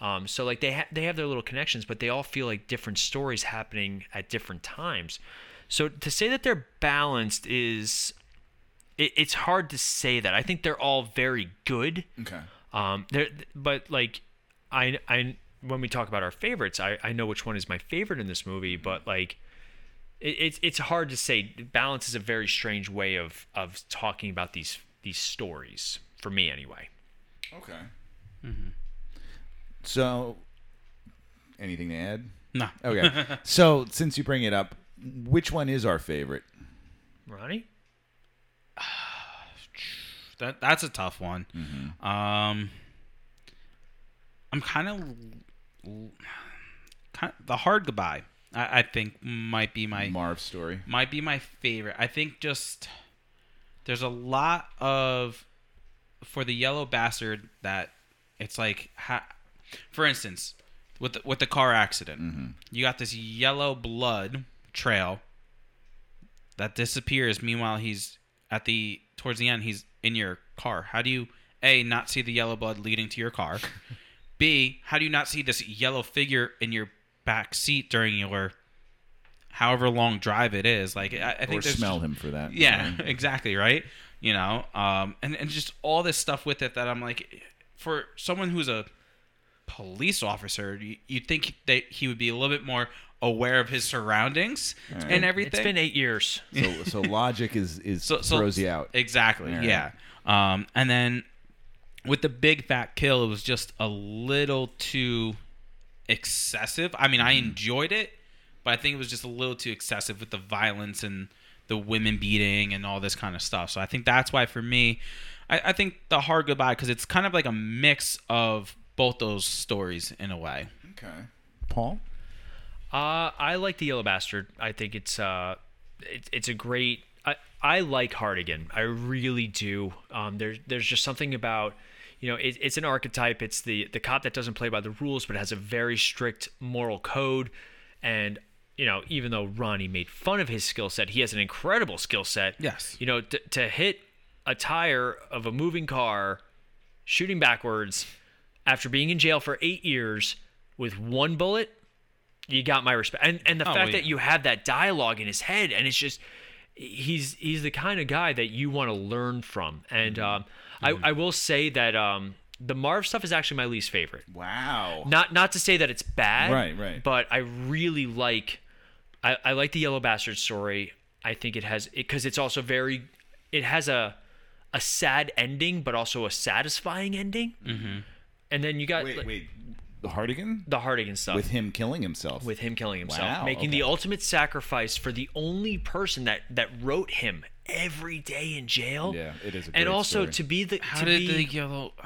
K: um, so like they ha- they have their little connections but they all feel like different stories happening at different times so to say that they're balanced is it, it's hard to say that i think they're all very good
J: Okay.
K: um, there, but like, I, I, when we talk about our favorites, I, I know which one is my favorite in this movie, but like, it, it's it's hard to say. Balance is a very strange way of of talking about these these stories for me, anyway.
J: Okay. So, anything to add?
I: No.
J: Okay. so, since you bring it up, which one is our favorite?
K: Ronnie,
I: that that's a tough one.
K: Mm-hmm.
I: Um, I'm kind of kind the hard goodbye. I, I think might be my
J: Marv story.
I: Might be my favorite. I think just there's a lot of for the yellow bastard that it's like ha- for instance with the, with the car accident
K: Mm-hmm.
I: you got this yellow blood trail that disappears meanwhile he's at the towards the end he's in your car how do you a not see the yellow blood leading to your car b how do you not see this yellow figure in your back seat during your however long drive it is like i, I think
J: or
I: there's
J: smell him for that?
I: yeah,
J: Right.
I: *laughs* exactly, right? You know, um, and, and just all this stuff with it that I'm like, for someone who's a police officer, you, you'd think that he would be a little bit more aware of his surroundings
J: Alright.
I: and everything.
K: it's been eight years.
J: So, so logic is is
I: So- so-
J: throws you out.
I: Exactly.
J: All right.
I: Yeah. Um, and then with the big fat kill, it was just a little too excessive. I mean, I
J: Mm-hmm.
I: enjoyed it, but I think it was just a little too excessive with the violence and the women beating and all this kind of stuff. So I think that's why for me, I, I think the hard goodbye because it's kind of like a mix of both those stories in a way.
J: Okay. Paul.
K: Uh, I like the Yellow Bastard. I think it's uh, it, it's a great. I I like Hardigan. I really do. Um, there's there's just something about, you know, it, it's an archetype. It's the the cop that doesn't play by the rules, but has a very strict moral code, and you know, even though Ronnie made fun of his skill set, he has an incredible skill set.
I: Yes.
K: You know, t- to hit a tire of a moving car, shooting backwards, after being in jail for eight years with one bullet you got my respect and and the
I: Oh,
K: fact
I: well,
K: that
I: yeah.
K: you have that dialogue in his head and it's just he's
J: Mm-hmm.
K: he's the kind of guy that you want to learn from and um I, I will say that um The Marv stuff is actually my least favorite.
J: Wow.
K: Not not to say that it's bad.
J: Right, right.
K: But I really like I, I like the Yellow Bastard story. I think it has because it's also very it has a a sad ending, but also a satisfying ending.
J: Mm-hmm.
K: And then you got
J: Wait,
K: like,
J: wait. The Hardigan?
K: the Hardigan stuff
J: With him killing himself.
K: with him killing himself,
J: Wow,
K: making the
J: okay.
K: ultimate sacrifice for the only person that that wrote him every day in jail.
J: Yeah, it is a
K: and
J: great
K: also
J: story.
K: to be the
I: How
K: to
I: did
K: be,
I: the yellow? uh,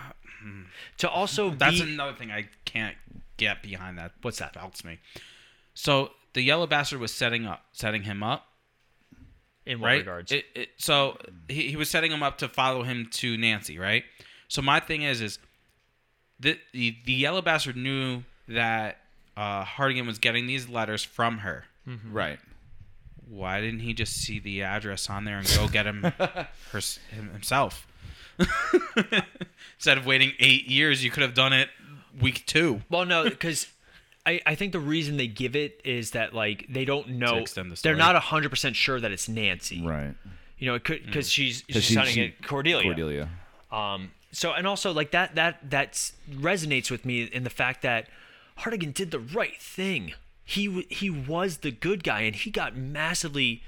K: to also
I: That's
K: be,
I: another thing I can't get behind. That
K: what's that?
I: Helps me. So the yellow bastard was setting up, setting him up,
K: in what
I: right?
K: regards?
I: It, it, so he, he was setting him up to follow him to Nancy, right? So my thing is, is the the, the yellow bastard knew that uh, Hardigan was getting these letters from her.
J: Right.
I: Why didn't he just see the address on there and go get him, her, him himself? *laughs* Instead of waiting eight years, you could have done it week two.
K: well, no, because. I, I think the reason they give it is that like they don't know
I: extend the
K: they're
I: story.
K: not hundred percent sure that it's Nancy
J: Right.
K: you know it could because she's she's
J: 'Cause she-
K: signing
J: she-
K: it Cordelia
J: Cordelia.
K: Um, so and also like that that that's resonates with me in the fact that Hardigan did the right thing. He w- he was the good guy and he got massively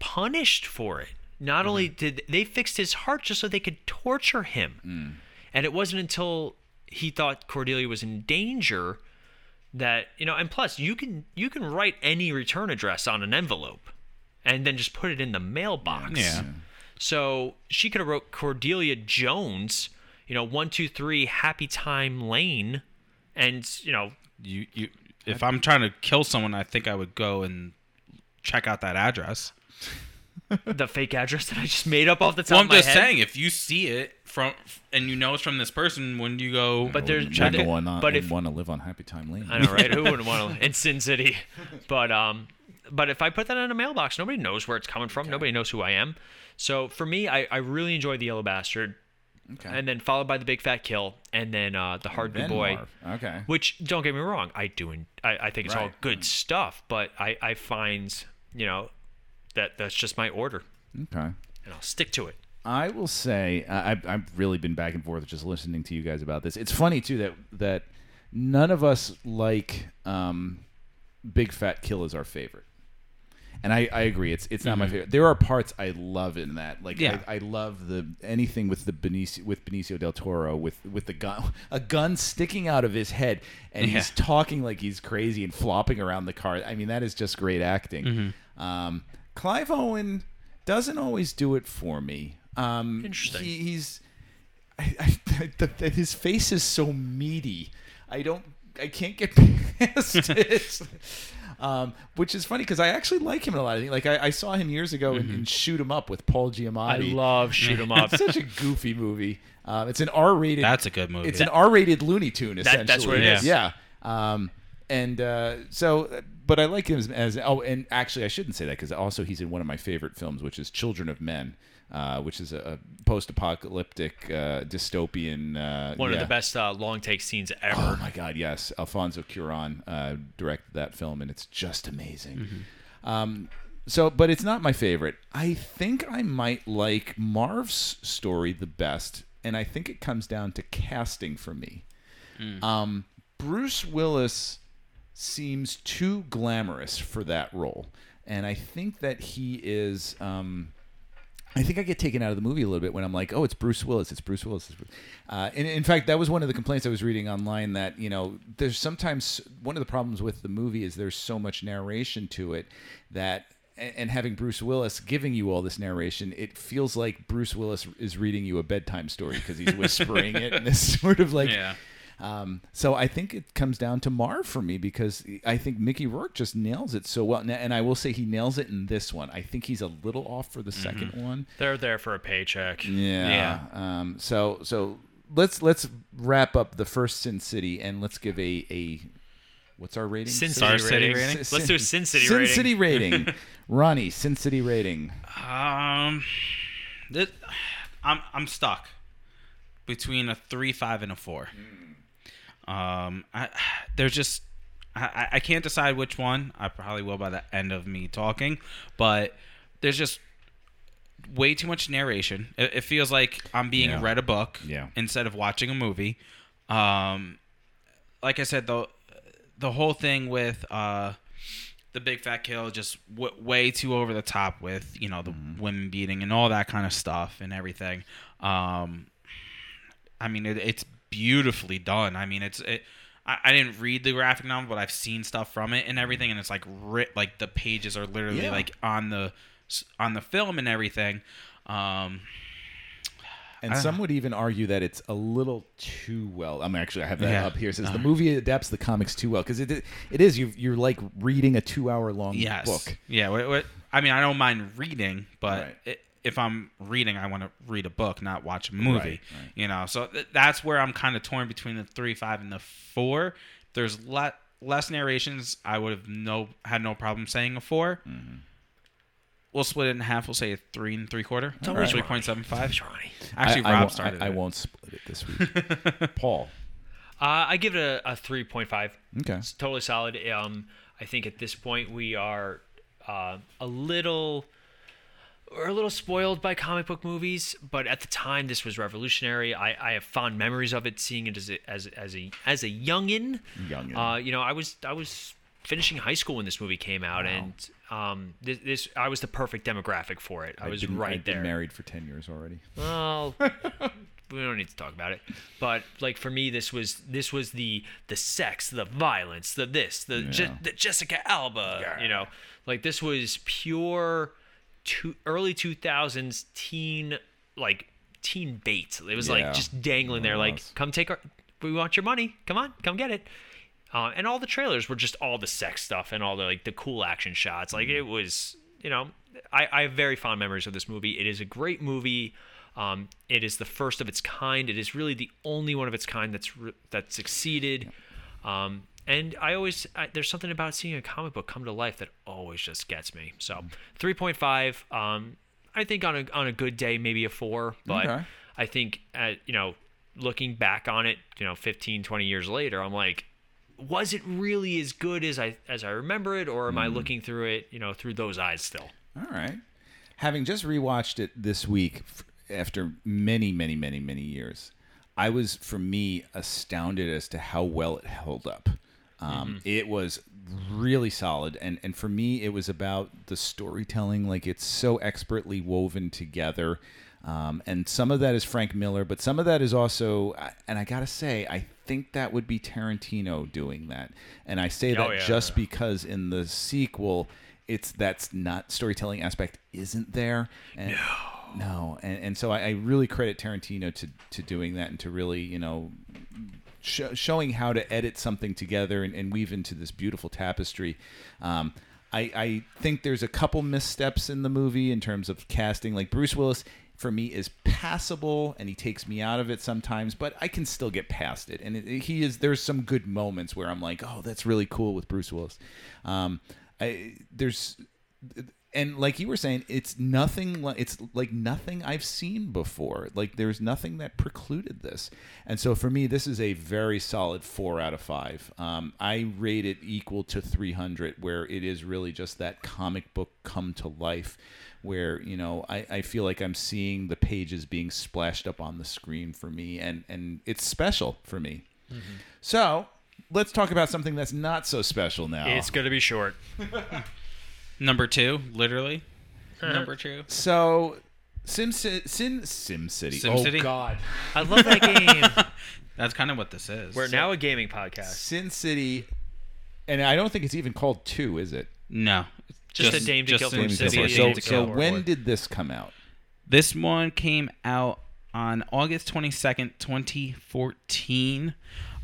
K: punished for it. Not only did they fixed his heart just so they could torture him. And it wasn't until he thought Cordelia was in danger that you know and plus you can you can write any return address on an envelope and then just put it in the mailbox.
I: Yeah.
K: So she could have wrote Cordelia Jones, you know, one two three Happy Time Lane, and you know,
I: You you. If I'm trying to kill someone, I think I would go and check out that address.
K: the fake address that I just made up off the top
I: Well, I'm
K: of my
I: just
K: head.
I: saying, if you see it from and you know it's from this person, when do you go?
J: Oh,
K: But there's
J: Check
K: but,
J: one on,
K: but
J: if
K: if
J: want to live on Happy Time Lane.
K: I know, right?
J: *laughs*
K: Who wouldn't want to in Sin City? But um, but if I put that in a mailbox, nobody knows where it's coming from. Nobody knows who I am. So for me, I, I really enjoy the Yellow Bastard,
J: Okay.
K: and then followed by the Big Fat Kill, and then uh, the Hard New
J: Then
K: Boy.
J: Marv. Okay.
K: Which don't get me wrong, I do. en- I, I think it's all
J: Right. Hmm.
K: good stuff, but I I find you know that that's just my order,
J: Okay.
K: and I'll stick to it.
J: I will say I, I've- I've really been back and forth just listening to you guys about this. It's funny too that that none of us like um, Big Fat Kill is our favorite, and I, I agree. It's it's not my favorite. There are parts I love in that. Like
I: Mm-hmm. Yeah.
J: I, I love the anything with the Benicio with Benicio del Toro with with the gun *laughs* a gun sticking out of his head and
I: Yeah.
J: he's talking like he's crazy and flopping around the car. I mean that is just great acting.
I: Mm-hmm.
J: Um, Clive Owen doesn't always do it for me. Um,
K: Interesting.
J: He, he's I, I, the, the, his face is so meaty. I don't. I can't get *laughs* past it. Um, which is funny because I actually like him in a lot of things. Like I, I saw him years ago in, in Shoot 'Em Up with Paul
K: Mm-hmm. I
J: Giamatti. *laughs*
K: love shoot 'em up.
J: It's such a goofy movie. Um, it's an R-rated.
I: That's a good movie.
J: It's an R-rated Looney Tune. Essentially,
K: That- that's what it is.
J: Yeah. Um, and uh, so, but I like him as, as- oh, and actually, I shouldn't say that because also he's in one of my favorite films, which is Children of Men. Uh, which is a, a post-apocalyptic uh, dystopian. Uh,
K: One of
J: yeah.
K: the best uh, long take scenes ever.
J: Oh my God! Yes, Alfonso Cuarón uh, directed that film, and it's just amazing. Um, so, but it's not my favorite. I think I might like Marv's story the best, and I think it comes down to casting for me. Um, Bruce Willis seems too glamorous for that role, and I think that he is. Um, I think I get taken out of the movie a little bit when I'm like, oh, it's Bruce Willis, it's Bruce Willis. It's Bruce. Uh, and in fact, that was one of the complaints I was reading online that, you know, there's sometimes one of the problems with the movie is there's so much narration to it that, and and having Bruce Willis giving you all this narration, it feels like Bruce Willis is reading you a bedtime story because he's whispering it and this *laughs* sort of like.
I: Yeah.
J: Um, so I think it comes down to Marv for me because I think Mickey Rourke just nails it so well. And- And I will say he nails it in this one. I think he's a little off for the second one.
K: They're there for a paycheck.
J: Yeah. Um, so so let's let's wrap up the first Sin City and let's give a a what's our rating?
K: Sin City
J: Sin-
I: City
K: rating.
I: rating?
J: Sin-
K: Let's do a
J: *laughs*
K: Sin City
J: Sin
K: rating.
J: City rating.
K: *laughs*
J: Ronnie, Sin City rating.
I: Um, this, I'm I'm stuck between a three, five, and a four. Um, I there's just I- I I can't decide which one. I probably will by the end of me talking, but there's just way too much narration. It, it feels like I'm being
J: Yeah.
I: read a book
J: Yeah.
I: instead of watching a movie. Um, like I said, the the whole thing with uh, the big fat kill just w- way too over the top with you know the women beating and all that kind of stuff and everything. Um, I mean, it, it's beautifully done. I mean, it's it. I, I didn't read the graphic novel, but I've seen stuff from it and everything, and it's like writ like the pages are literally
J: Yeah.
I: like on the s- on the film and everything. Um,
J: And
K: ah.
I: I-
J: some would even argue that it's a little too well. I'm actually I have that
I: Yeah.
J: up here. It says the
I: Uh-huh.
J: movie adapts the comics too well because it it is you you're like reading a two hour long
I: yes.
J: book.
I: Yeah. What, what, I mean, I don't mind reading,
K: Uh,
I: but i if I'm reading, I want to read a book, not watch a movie.
J: Right, right.
I: You know, so th- that's where I'm kind of torn between the three, five, and the four. There's le- less narrations. I would have no had no problem saying a 4
J: Mm-hmm.
I: We'll split it in half. We'll say a three and three quarter.
J: It's always
I: three
J: Ronnie.
I: point seven five.
K: It's always Ronnie.
I: Actually,
J: I, I
I: Rob
J: won't-
I: started.
J: I, I
I: it.
J: won't split it this
K: *laughs*
J: week. Paul,
K: Uh, I give it a, a 3.5.
J: Okay.
K: It's totally solid. Um, I think at this point we are uh, a little. We're a little spoiled by comic book movies, but at the time this was revolutionary. I, I have fond memories of it, seeing it as a, as, as a as a youngin.
J: Youngin.
K: Uh, you know, I was I was finishing high school when this movie came out, and um, this, this I was the perfect demographic for it. I, was
J: been,
K: right
J: I've
K: there.
J: Been married for ten years already. *laughs*
K: Well, we don't need to talk about it. But like for me, this was this was the the sex, the violence, the this, the, Je-
J: Yeah.
K: the Jessica Alba. You know, like this was pure two, early two thousands teen like teen bait. It was
J: Yeah.
K: like just dangling there, like come take our, we want your money. Come on, come get it. Uh, and all the trailers were just all the sex stuff and all the like the cool action shots. Like it was, you know, I, I have very fond memories of this movie. It is a great movie. Um, it is the first of its kind. It is really the only one of its kind that's re- that succeeded. Um, and I always I, there's something about seeing a comic book come to life that always just gets me. So 3.5. Um, I think on a on a good day maybe a four, but
J: Okay.
K: I think at, you know looking back on it, you know 15, 20 years later, I'm like was it really as good as I as I remember it, or am
I: Mm.
K: I looking through it, you know, through those eyes still?
J: All right. Having just rewatched it this week f- after many, many, many, many years, I was, for me, astounded as to how well it held up.
K: Mm-hmm.
J: Um, It was really solid. And, and for me, it was about the storytelling. Like, it's so expertly woven together. Um, and some of that is Frank Miller, but some of that is also, and I gotta say, I think that would be Tarantino doing that. And I say
K: Oh,
J: that
K: yeah.
J: just because in the sequel, it's that's not storytelling aspect isn't there. And, no, and, and so I, I really credit Tarantino to to doing that and to really you know sho showing how to edit something together and, and weave into this beautiful tapestry. Um, I, I think there's a couple missteps in the movie in terms of casting. Like Bruce Willis, for me, is passable, and he takes me out of it sometimes, but I can still get past it. And it, it- he is. There's some good moments where I'm like, oh, that's really cool with Bruce Willis. Um, I, there's and like you were saying, it's nothing. Like, it's like nothing I've seen before. Like there's nothing that precluded this, and so for me, this is a very solid four out of five. Um, I rate it equal to 300, where it is really just that comic book come to life, where you know I, I feel like I'm seeing the pages being splashed up on the screen for me, and and it's special for me. So let's talk about something that's not so special now.
K: It's gonna be short.
I: Oh. *laughs* Number two, literally. Number two.
J: So, Sim Ci- Sin Sim City.
I: Sim City?
J: Oh God,
K: I love
I: *laughs*
K: that game.
I: That's kind of what this is.
K: We're now a gaming podcast.
J: Sin City, and I don't think it's even called two, is it?
I: No.
K: Just a Dame to Kill for
I: Dame
K: City,
I: Kill
K: a
I: for
K: Dame
J: So,
I: City.
K: to
J: so
K: Kill.
J: when did this come out?
I: This one came out on August 22nd, 2014.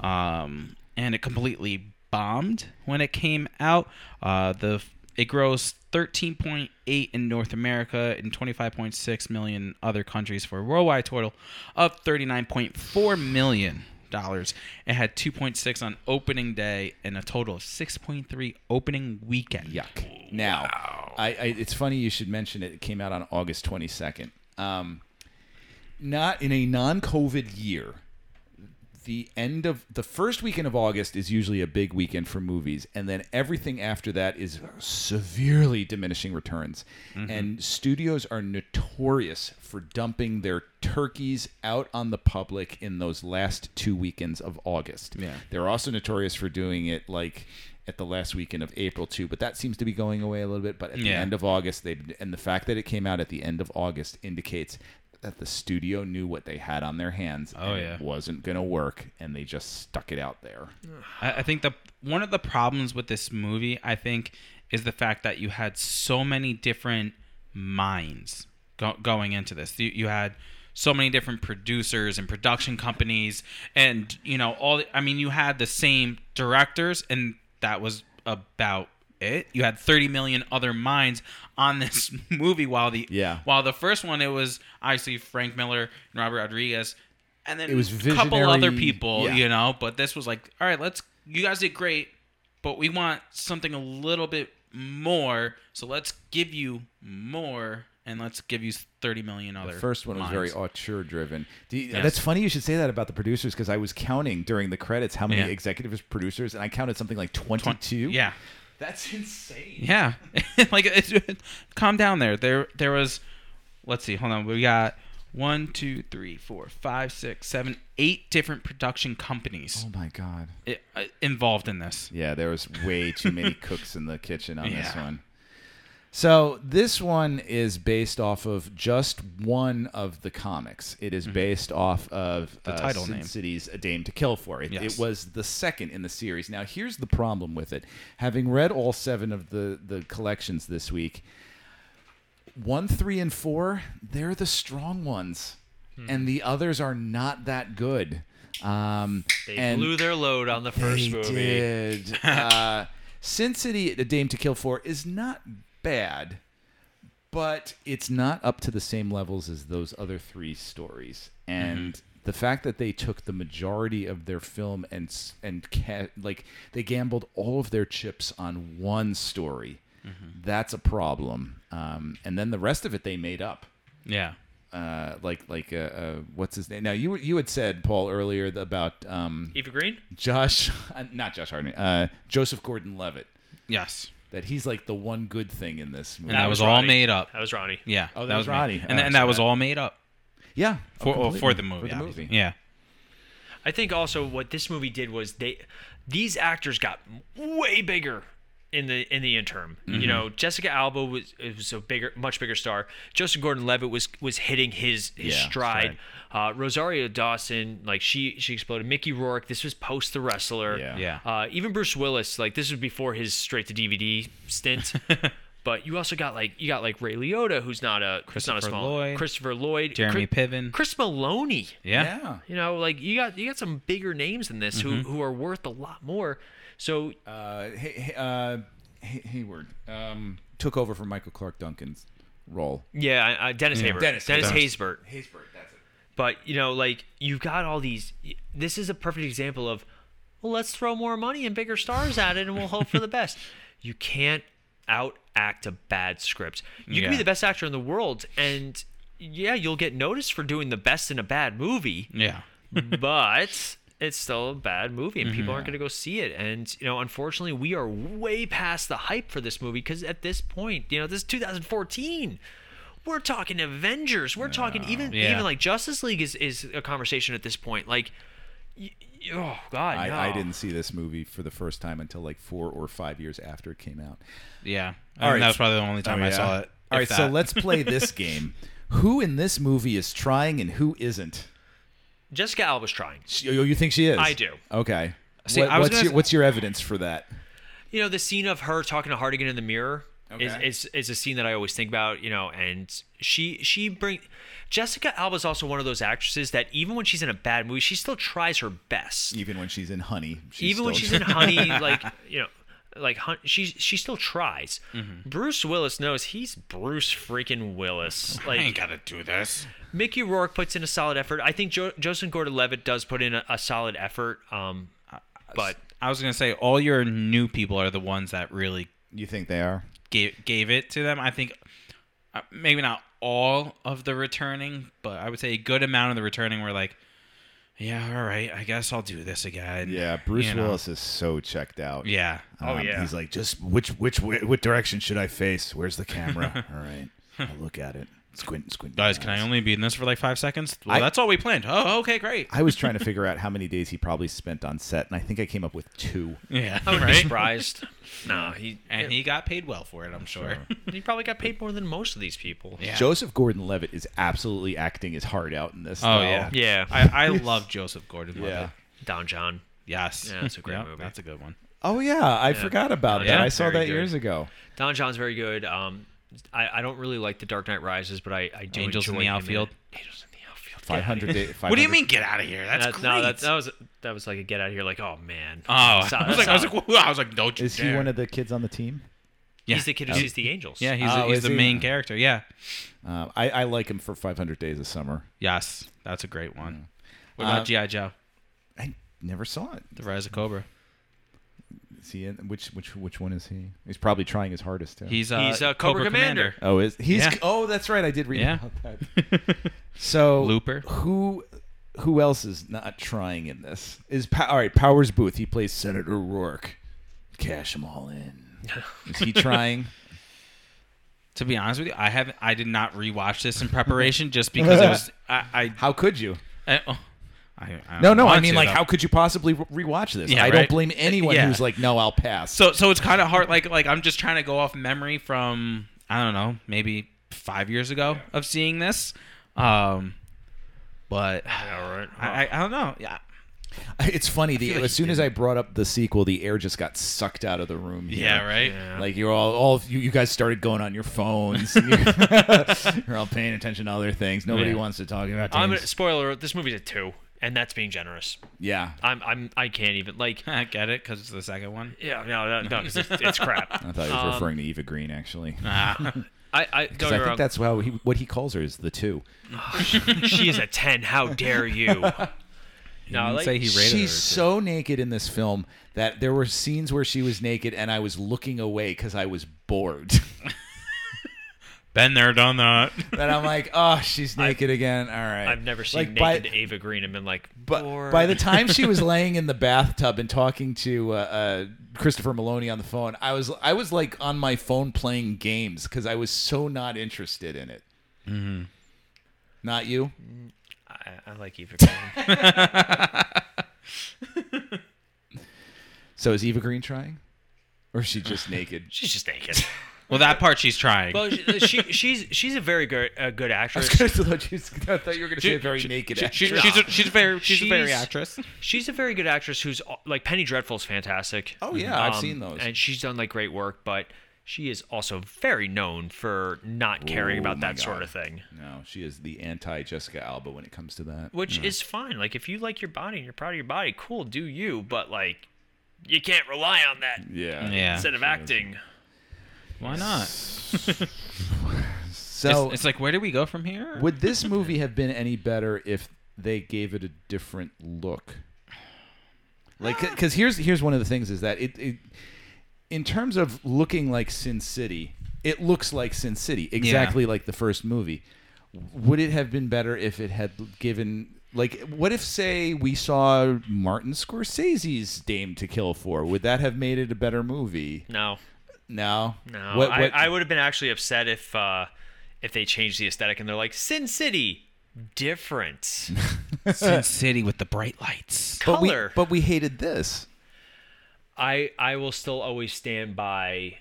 I: Um, and it completely bombed when it came out. Uh, the it grossed 13.8 in North America and 25.6 million other countries for a worldwide total of 39.4 million dollars. It had 2.6 on opening day and a total of 6.3 opening weekend.
J: Yuck. Now, I, I it's funny you should mention it. It came out on August 22nd. Um, not in a non-COVID year. The end of the first weekend of August is usually a big weekend for movies, and then everything after that is
I: Mm-hmm.
J: severely diminishing returns. And studios are notorious for dumping their turkeys out on the public in those last two weekends of August.
I: Yeah.
J: They're also notorious for doing it like at the last weekend of April too, but that seems to be going away a little bit. But at the
I: Yeah.
J: end of August, they and the fact that it came out at the end of August indicates that the studio knew what they had on their hands.
I: Oh,
J: and
I: yeah.
J: it wasn't gonna work, and they just stuck it out there.
I: I, I think the one of the problems with this movie, I think, is the fact that you had so many different minds go, going into this. You, you had so many different producers and production companies, and you know all. I mean, you had the same directors, and that was about it. You had 30 million other minds on this *laughs* movie, while the
J: Yeah.
I: while the first one it was obviously Frank Miller and Robert Rodriguez. And then
J: It was
I: a couple other
J: visionary-
I: people,
J: yeah.
I: you know know. But this was like, all right, let's. You guys did great, but we want something a little bit more. So let's give you more, and let's give you thirty million other.
J: The first one was very
I: lines.
J: auteur driven. Do you-
I: Yes.
J: That's funny you should say that about the producers because I was counting during the credits how many
I: Yeah.
J: executives producers and I counted something like 22.
I: yeah.
J: That's insane.
I: Yeah, *laughs* like it's, calm down there. There, there was. Let's see. Hold on. We got one, two, three, four, five, six, seven, eight different production companies
J: Oh my god.
I: i- uh, involved in this.
J: Yeah, there was way too *laughs* many cooks in the kitchen on this
I: Yeah.
J: one. So this one is based off of just one of the comics. It is based off of uh,
I: The title
J: Sin
I: name.
J: City's "A Dame to Kill For." It,
I: Yes.
J: it was the second in the series. Now here's the problem with it: having read all seven of the the collections this week, one, three, and four, they're the strong ones, and the others are not that good. Um,
K: They
J: and-
K: blew their load on the first
J: they
K: movie. *laughs*
J: Did. uh, Sin City, A Dame to Kill For, is not bad, but it's not up to the same levels as those other three stories. And
K: Mm-hmm.
J: the fact that they took the majority of their film and s- and ca- like they gambled all of their chips on one story,
K: Mm-hmm.
J: that's a problem. Um, and then the rest of it they made up
I: Yeah.
J: uh, like like uh, uh, what's his name? Now you you had said Paul earlier th- about um,
K: Eva Green?
J: Josh, *laughs* not Josh Hartnett, uh, Joseph Gordon-Levitt.
I: Yes.
J: That he's like the one good thing in this movie.
I: And that, was, all
K: Ronnie.
I: made up.
K: That was Ronnie.
I: Yeah.
J: Oh, that was Ronnie.
I: made- And,
J: Oh,
I: and
J: so
I: that was
J: that-
I: all made up
J: yeah
I: for
J: oh,
I: oh, for the
J: completely.
I: movie.
J: For the
I: obviously.
J: movie.
I: Yeah.
K: I think also what this movie did was they these actors got way bigger in the in the interim.
J: Mm-hmm.
K: You know, Jessica Alba was was a bigger, much bigger star. Joseph Gordon-Levitt was was hitting his his
J: Yeah,
K: stride. Uh, Rosario Dawson, like she she exploded. Mickey Rourke, this was post the wrestler.
J: Yeah.
I: Yeah.
K: Uh, even Bruce Willis, like this was before his straight to DVD
J: *laughs*
K: stint. But you also got like you got like Ray Liotta, who's not a who's not a
I: Christopher
K: small
I: Lloyd.
K: Christopher Lloyd,
I: Jeremy
K: Chris,
I: Piven.
K: Chris Maloney.
I: Yeah.
J: Yeah.
K: You know, like you got you got some bigger names than this who who are worth a lot more. So
J: Uh, hey, hey, uh, Hay- Hayward um, took over from Michael Clark Duncan's role.
K: yeah, I- I- Dennis Haysbert,
J: Dennis
K: Dennis, Haysbert.
J: Haysbert, that's it.
K: But you know, like you've got all these. This is a perfect example of well, let's throw more money and bigger stars at it, and we'll hope for the best. You can't out act a bad script. You can be
I: Yeah.
K: the best actor in the world, and yeah, you'll get noticed for doing the best in a bad movie.
I: Yeah.
K: but it's still a bad movie and people
J: Mm-hmm.
K: aren't going to go see it and you know unfortunately we are way past the hype for this movie because at this point you know this is 2014 we're talking avengers we're talking even
I: Yeah.
K: even like justice league is is a conversation at this point like y- y- oh god no.
J: I, I didn't see this movie for the first time until like four or five years after it came out.
I: Yeah.
J: All
I: All
J: right.
I: right. That was probably the only time
J: Oh,
I: I
J: yeah.
I: saw it.
J: All right,
I: if
J: so
I: that.
J: let's
I: *laughs*
J: play this game. Who in this movie is trying and who isn't?
K: jessica alba's trying
J: She, oh, you you think she is?
K: I do.
J: Okay.
I: See,
J: What-
I: I was
J: what's
I: gonna
J: your
I: s-
J: what's your evidence for that?
K: you know the scene of her talking to Hardigan in the mirror
J: Okay.
K: is, is is a scene that I always think about. You know, and she she bring Jessica Alba's also one of those actresses that even when she's in a bad movie, she still tries her best.
J: Even when she's in Honey,
K: even when
I: *laughs*
K: she's in Honey, like you know. Like hun- she, she still tries.
I: Mm-hmm.
K: Bruce Willis knows he's Bruce freaking Willis.
I: I ain't
K: Like
I: gotta do this.
K: Mickey Rourke puts in a solid effort. I think jo- Joseph Gordon-Levitt does put in a, a solid effort. Um, but
I: I was gonna say all your new people are the ones that really
J: you think they are?
I: gave gave it to them. I think uh, maybe not all of the returning, but I would say a good amount of the returning were like, yeah, all right, I guess I'll do this again.
J: Yeah, Bruce
I: You know?
J: Willis is so checked out.
I: Yeah.
J: Um,
K: yeah.
J: He's
I: *laughs*
J: like, just which which wh- what direction should I face? Where's the camera? All right, I'll look at it. Squint, squint.
I: Guys, can I only be in this for like five seconds? Well,
J: I-
I: that's all we planned. Oh, okay, great.
J: I was trying to figure out how many days he probably spent on set, and I think I came up with two.
I: Yeah,
K: *laughs* I wouldn't
I: right?
K: be
I: *laughs*
K: surprised. No, he
I: and he got paid well for it. I'm sure. *laughs*
K: he probably got paid more than most of these people.
J: Joseph Gordon-Levitt is absolutely acting his heart out in this.
I: Oh
J: though.
I: yeah,
K: Yeah. *laughs*
I: I, I love Joseph Gordon-Levitt.
J: Yeah.
K: Don John.
I: Yes.
K: Yeah, that's a great
I: *laughs* Yep,
K: movie.
I: That's a good one.
J: Oh yeah, I
K: Yeah.
J: forgot about
K: Oh,
J: that.
K: yeah.
J: I saw
K: Very
J: that
K: good.
J: years ago.
K: Don John's very good. Um, I, I don't really like The Dark Knight Rises, but I, I do
I: Angels in
K: enjoy
I: the
K: him in
I: Outfield.
K: it. Angels in the Outfield.
J: Five hundred days.
I: *laughs* What do you mean? Get out of here. That's
K: That-
I: great.
K: no, that, that was that was like a get out of here. Like, oh man.
I: oh, *laughs* I
K: Solid-
I: was like, I was
K: solid.
I: like, whoa, I was like, don't you
J: Is he
I: dare.
J: one of the kids on the team?
I: Yeah.
K: he's the kid who
J: Oh.
K: sees the angels.
I: Yeah, he's,
J: Oh,
I: he's
J: is
I: the
J: he?
I: main character. Yeah.
J: Uh, I, I like him for 500 Days of Summer.
I: Yes, that's a great one. What about
J: Uh,
I: GI Joe?
J: I never saw it.
I: The Rise of Cobra.
J: Is he in, which which which one is he? He's probably trying his hardest too.
I: He's uh,
K: He's, uh, Cobra
I: Cobra, Commander.
J: oh is he's
I: Yeah.
J: oh that's right I did read
I: Yeah.
J: about that.
I: *laughs*
J: So
I: Looper.
J: who who else is not trying in this? Is pa- all right Powers Booth? He plays Senator Rourke. Cash them all
I: *laughs*
J: in. Is he trying?
I: To be honest with you, I haven't. I did not rewatch this in preparation just because
J: *laughs*
I: it was. I.
J: how could you?
I: I, I, oh, I, I
J: No, no. I
I: want
J: mean,
I: to,
J: like,
I: though.
J: how could you possibly re- rewatch this?
I: Yeah,
J: I don't
I: right.
J: blame anyone
I: Yeah.
J: who's like, no, I'll pass.
I: So so it's kind of hard. Like like I'm just trying to go off memory from I don't know maybe five years ago of seeing this, um, but I, I I don't know. Yeah,
J: *laughs* It's funny. The,
I: feel like
J: as
I: he
J: soon as I brought up the sequel, the air just got sucked out of the room. here.
I: yeah, right.
J: Like you're all, all you, you guys started going on
K: *laughs*
J: your phones. *laughs* and You're, you're all paying attention to other things. Nobody
I: Yeah.
J: wants to talk about
K: I'm a,
J: things.
K: spoiler. This movie's a two, and that's being generous.
J: yeah,
K: I'm I'm I can't even
I: *laughs*
K: like.
I: *laughs* I get it because it's the second one.
K: Yeah, no, no, no 'cause it's, it's crap.
I: *laughs*
J: I thought he was referring to Eva Green actually.
K: I, I Um, don't get
J: 'Cause
K: me
J: I
K: wrong.
J: think that's how he, what he calls her is the two.
K: she is a ten. How dare *laughs* you? No,
I: didn't
K: like,
I: say he rated her.
J: She's so naked in this film that there were scenes where she was naked and I was looking away because I was bored. *laughs*
I: Been there, done that.
J: and I'm like, oh, she's naked again. All right.
K: I've never seen
J: by-
K: naked Ava Green and been like,
J: But
K: bored.
J: by the time she
I: *laughs*
J: was laying in the bathtub and talking to uh, uh, Christopher Maloney on the phone, I was I was like on my phone playing games because I was so not interested in it.
I: Mm-hmm.
J: Not you.
K: *laughs* I, I like Eva Green.
J: So is Eva Green trying, or is she
I: *laughs*
J: just naked?
K: She's just naked.
I: Well, that part she's trying.
K: *laughs* Well, she, uh, she she's she's a very good a good
J: I
K: actress.
J: *laughs* thought you I thought you were going to say very naked.
I: She- she-
J: actress.
I: she's a, she's very she's, a very
K: She's-
I: actress.
K: She's a very good actress who's uh, like Penny Dreadful's fantastic. Um,
J: Oh, yeah,
I: um,
J: I've seen those.
K: And she's done like great work, but she is also very known for not caring
J: Oh,
K: about
J: my
K: that sort
J: God.
K: of thing.
J: no, she is the anti Jessica Alba when it comes to that.
K: Which is fine. Like if you like your body and you're proud of your body, cool, do you, but like you can't rely on that
J: Yeah.
I: Yeah.
K: instead of acting.
I: Why not?
J: So
I: it's, it's like where do we go from here?
J: Would
I: *laughs*
J: this movie have been any better if they gave it a different look? Like,
I: Uh.
J: because here's here's one of the things is that it, it, in terms of looking like Sin City, it looks like Sin City exactly like the first movie. Would it have been better if it had given like what if say we saw Martin Scorsese's Dame to Kill for? Would that have made it a better movie?
K: No.
J: No,
K: No. I, I would have been actually upset if uh if they changed the aesthetic and they're like, Sin City,
J: *laughs*
K: different.
I: Sin City with the bright lights.
J: but we,
K: color.
J: but we hated this.
K: I I will still always stand by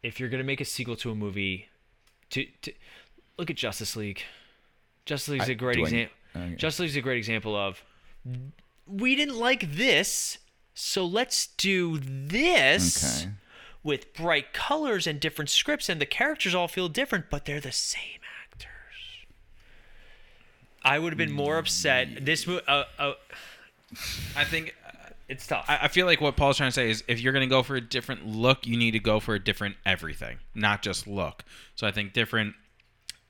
K: if you're gonna make a sequel to a movie to, to look at Justice League. Justice League's a great
J: do I-
K: example.
J: okay.
K: Justice League's a great example of we didn't like this, so let's do this
J: Okay.
K: with bright colors and different scripts, and the characters all feel different, but they're the same actors. I would have been more upset. This movie, uh, uh,
I: I think
K: it's tough.
I: I, I feel like what Paul's trying to say is if you're going to go for a different look, you need to go for a different everything, not just look. So I think different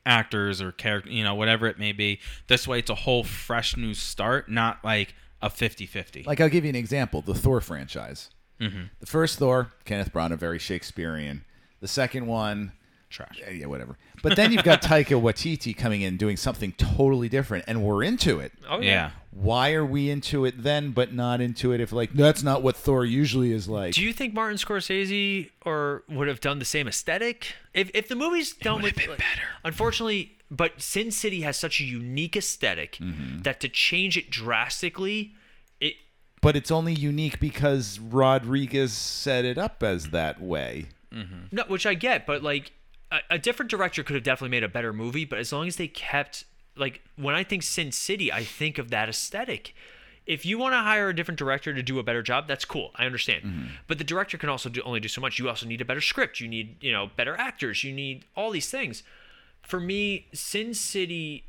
I: actors or character, you know, whatever it may be. This way, it's a whole fresh new start, not like a 50 50.
J: Like I'll give you an example: the Thor franchise. The first Thor, Kenneth Branagh, very Shakespearean. The second one,
I: Trash.
J: yeah, yeah, whatever. But then you've got Taika Waititi coming in doing something totally different, and we're into it.
K: oh,
I: Yeah.
J: Why are we into it then, but not into it if like that's not what Thor usually is like?
K: Do you think Martin Scorsese or would have done the same aesthetic if if the movie's done with like- Unfortunately, But Sin City has such a unique esthetic that to change it drastically, it
J: But it's only unique because Rodriguez set it up as that way.
K: No, which I get, but like a, a different director could have definitely made a better movie. But as long as they kept like when I think Sin City, I think of that aesthetic. If you want to hire a different director to do a better job, that's cool. I understand.
J: Mm-hmm.
K: But the director can also do, only do so much. You also need a better script. You need you know better actors. You need all these things. For me, Sin City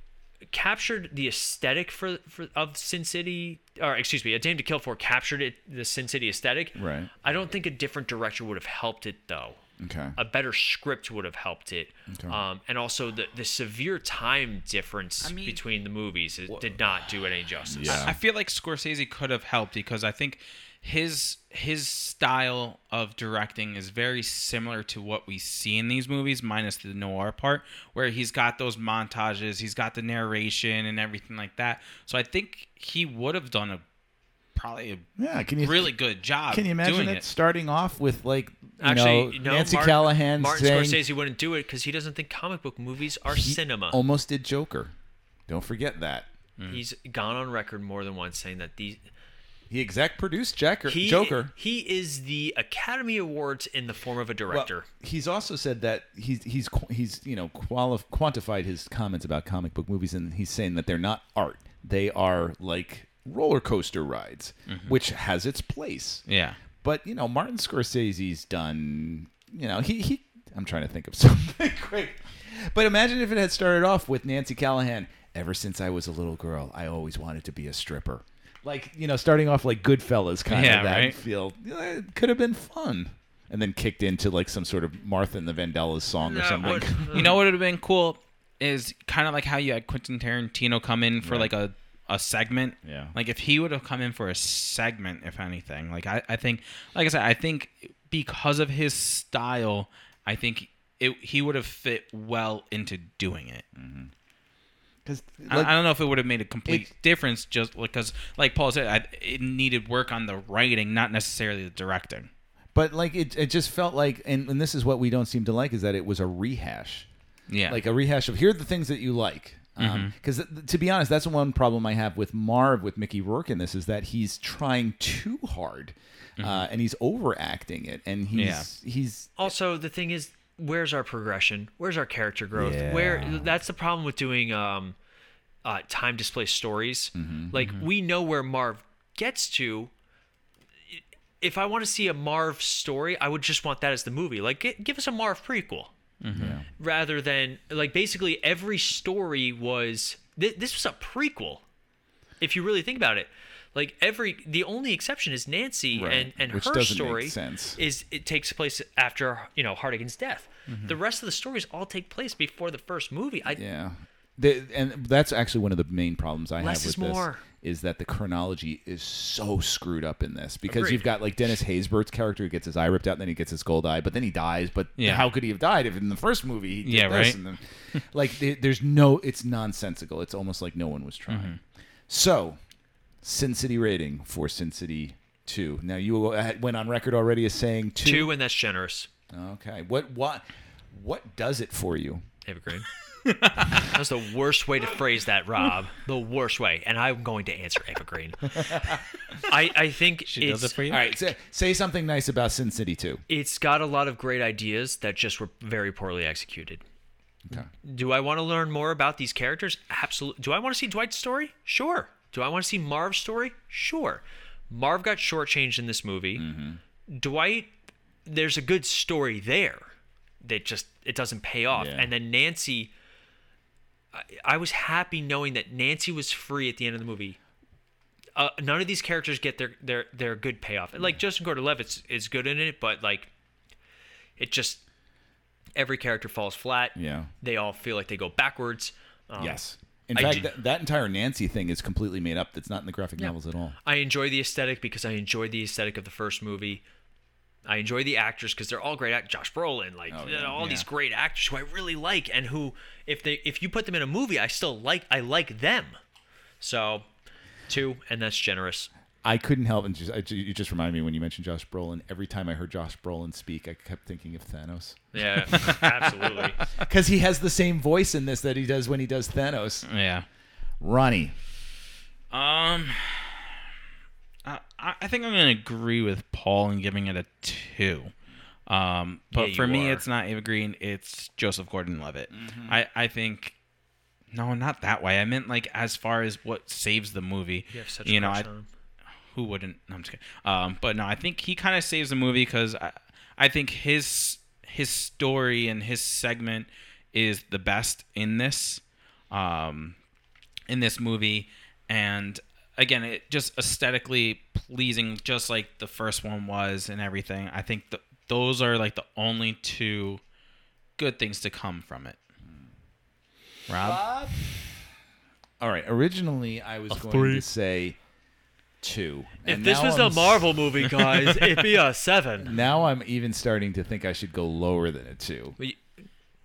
K: captured the aesthetic for, for of Sin City, or excuse me, A Dame to Kill For captured it the Sin City aesthetic.
J: Right.
K: I don't think a different director would have helped it though.
J: Okay.
K: A better script would have helped it.
J: Okay.
K: Um, and also the, the severe time difference between the movies it did not do it any justice.
I: I- I feel like Scorsese could have helped because I think his his style of directing is very similar to what we see in these movies, minus the noir part, where he's got those montages, he's got the narration and everything like that. So I think he would have done a probably a
J: Yeah, can you-
I: really good job.
J: Can you imagine
I: doing
J: it, starting off with like you
K: Actually,
J: know,
K: no,
J: Nancy
K: Martin,
J: Callahan
K: Martin
J: saying
K: Scorsese wouldn't do it because he doesn't think comic book movies are
J: he
K: cinema.
J: Almost did Joker. Don't forget that.
K: He's gone on record more than once saying that these
J: He exec produced Jacker,
K: he,
J: Joker.
K: He is the Academy Awards in the form of a director.
J: Well, he's also said that he's he's qu- he's you know quali- quantified his comments about comic book movies, and he's saying that they're not art; they are like roller coaster rides,
K: Mm-hmm.
J: which has its place.
I: Yeah.
J: But you know, Martin Scorsese's done. You know, he he. I'm trying to think of *laughs* something quick. But imagine if it had started off with Nancy Callahan. Ever since I was a little girl, I always wanted to be a stripper. Like you know, starting off like Goodfellas kind
I: Yeah,
J: of that
I: right.
J: feel. Eh, It could have been fun, and then kicked into like some sort of Martha and the Vandellas song or something. *laughs*
I: you know what would have been cool is kind of like how you had Quentin Tarantino come in for like a a segment.
J: Yeah.
I: Like if he would have come in for a segment, if anything, like I, I think, like I said, I think because of his style, I think it he would have fit well into doing it.
J: Because
I: I,
J: like-
I: I don't know if it would have made a complete difference, just because, like Paul said, I, it needed work on the writing, not necessarily the directing.
J: But like it, it just felt like, and, and this is what we don't seem to like is that it was a rehash.
I: Yeah.
J: Like a rehash of here are the things that you like. Because to be honest, that's one problem I have with Marv, with Mickey Rourke in this, is that he's trying too hard, uh, and he's overacting it, and he's he's
K: also the thing is where's our progression where's our character growth
J: Yeah.
K: where that's the problem with doing um uh time displaced stories
J: Mm-hmm,
K: like we know where marv gets to if i want to see a marv story i would just want that as the movie like gi- give us a marv prequel
J: Mm-hmm.
K: rather than like basically every story was th- this was a prequel if you really think about it like every the only exception is nancy
J: Right,
K: and and
J: which
K: her
J: doesn't make
K: story
J: sense.
K: is it takes place after you know hardigan's death
I: Mm-hmm.
K: the rest of the stories all take place before the first movie i
J: yeah. The, and that's actually one of the main problems I
K: Less
J: have
K: is
J: with
K: more.
J: this is that the chronology is so screwed up in this because
K: Agreed.
J: you've got like Dennis Haysbert's character who gets his eye ripped out, and then he gets his gold eye, but then he dies. But
I: Yeah.
J: how could he have died if in the first movie he did
I: Yeah,
J: this
I: right.
J: and then, *laughs* like there- there's no, it's nonsensical. It's almost like no one was trying.
K: Mm-hmm.
J: So, Sin City rating for Sin City Two. Now you uh, went on record already as saying two.
K: two and that's generous
J: Okay. What what what does it for you?
K: have a
I: *laughs*
K: green that's the worst way to phrase that rob the worst way and i'm going to answer
I: *laughs*
K: evergreen i i think she
I: does it for you?
J: All right, say, say something nice about Sin City Two.
K: it's got a lot of great ideas that just were very poorly executed.
J: Okay.
K: Do I want to learn more about these characters? Absolutely. Do I want to see Dwight's story? Sure. Do I want to see Marv's story? Sure. Marv got shortchanged in this movie.
J: Mm-hmm.
K: Dwight, there's a good story there that just it doesn't pay off.
J: Yeah.
K: And then Nancy, I, I was happy knowing that Nancy was free at the end of the movie. Uh, none of these characters get their their their good payoff. And, Like Justin Gordon-Levitt is good in it, but like it just every character falls flat.
J: Yeah.
K: They all feel like they go backwards. Um,
J: Yes. In
K: I
J: fact,
K: did-
J: that, that entire Nancy thing is completely made up. That's not in the graphic novels at all.
K: I enjoy the aesthetic because I enjoyed the aesthetic of the first movie. I enjoy the actors because they're all great actors. Josh Brolin, like
I: Oh,
K: you know, all these great actors who I really like, and who if they if you put them in a movie, I still like I like them. So, two, and that's generous.
J: I couldn't help, and just, I, you just reminded me when you mentioned Josh Brolin. Every time I heard Josh Brolin speak, I kept thinking of Thanos.
I: *laughs*
K: Yeah, absolutely.
J: Because he has the same voice in this that he does when he does Thanos.
I: Yeah.
J: Ronnie.
I: Um, I, I think I'm gonna agree with Paul in giving it a two. Um, but
L: Yeah,
I: for
L: you
I: me,
L: are. Mm-hmm.
I: it's not Ava Green. It's Joseph Gordon-Levitt. I I think. No, not that way. I meant like as far as what saves the movie.
K: You have such
I: you know,
K: crush
I: I,
K: on him.
I: who wouldn't? No, I'm just kidding. Um, but no, I think he kind of saves the movie because I, I think his his story and his segment is the best in this, um, in this movie, and again, it just aesthetically pleasing, just like the first one was and everything. I think th those are like the only two good things to come from it. Rob,
J: All right. Originally, I was
I: A
J: going
I: three.
J: to say two.
K: If
J: and
K: this
J: now
K: was
J: I'm
K: a
J: s-
K: Marvel movie, guys, it'd be *laughs* a seven.
J: Now I'm even starting to think I should go lower than a two.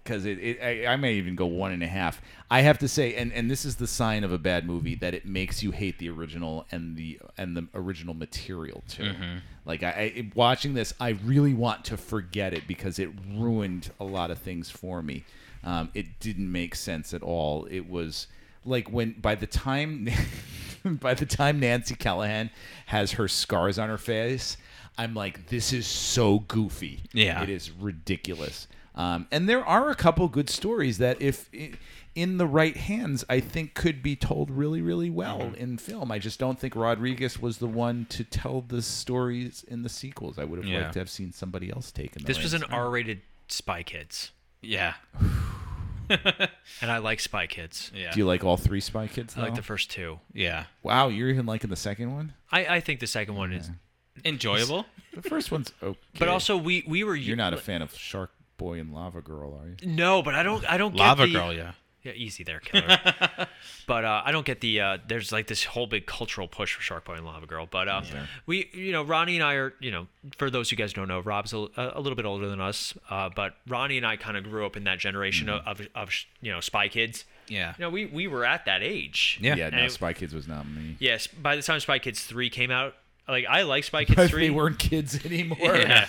J: Because it, it I, I may even go one and a half. I have to say, and, and this is the sign of a bad movie that it makes you hate the original and the and the original material too.
I: Mhm.
J: Like I, I watching this, I really want to forget it because it ruined a lot of things for me. Um, it didn't make sense at all. It was like when by the time *laughs* by the time Nancy Callahan has her scars on her face, I'm like, this is so goofy.
I: Yeah.
J: it is ridiculous. Um, and there are a couple good stories that, if i- in the right hands, I think could be told really, really well
K: Mm-hmm.
J: in film. I just don't think Rodriguez was the one to tell the stories in the sequels. I would have
I: Yeah.
J: liked to have seen somebody else taken.
K: This was an R-rated Spy Kids,
I: yeah,
K: and I like Spy Kids.
I: yeah.
J: Do you like all three Spy Kids?
K: I like
J: though?
K: the first two.
I: Yeah,
J: Wow, you're even liking the second one.
K: I, I think the second one is,
I: enjoyable.
J: The first one's okay.
K: *laughs* but also we we were
J: you're not a fan of Shark Boy and Lava Girl, are you?
K: No, but I don't. I don't.
I: Lava
K: get the,
I: Girl, yeah.
K: Yeah, easy
I: *laughs*
K: there, killer. but uh, I don't get the. Uh, there's like this whole big cultural push for Shark Boy and Lava Girl. But uh, we, you know, Ronnie and I are, you know, for those who guys don't know, Rob's a, a little bit older than us. Uh, but Ronnie and I kind of grew up in that generation of, of, of, you know, Spy Kids.
I: Yeah.
K: You know, we we were at that age.
J: yeah.
K: And
J: No,
K: it-
J: Spy Kids was not me.
K: yes. By the time Spy Kids three came out, like I like Spy *laughs* Kids
J: But
K: three.
J: *laughs* they weren't kids anymore.
K: *laughs* yeah.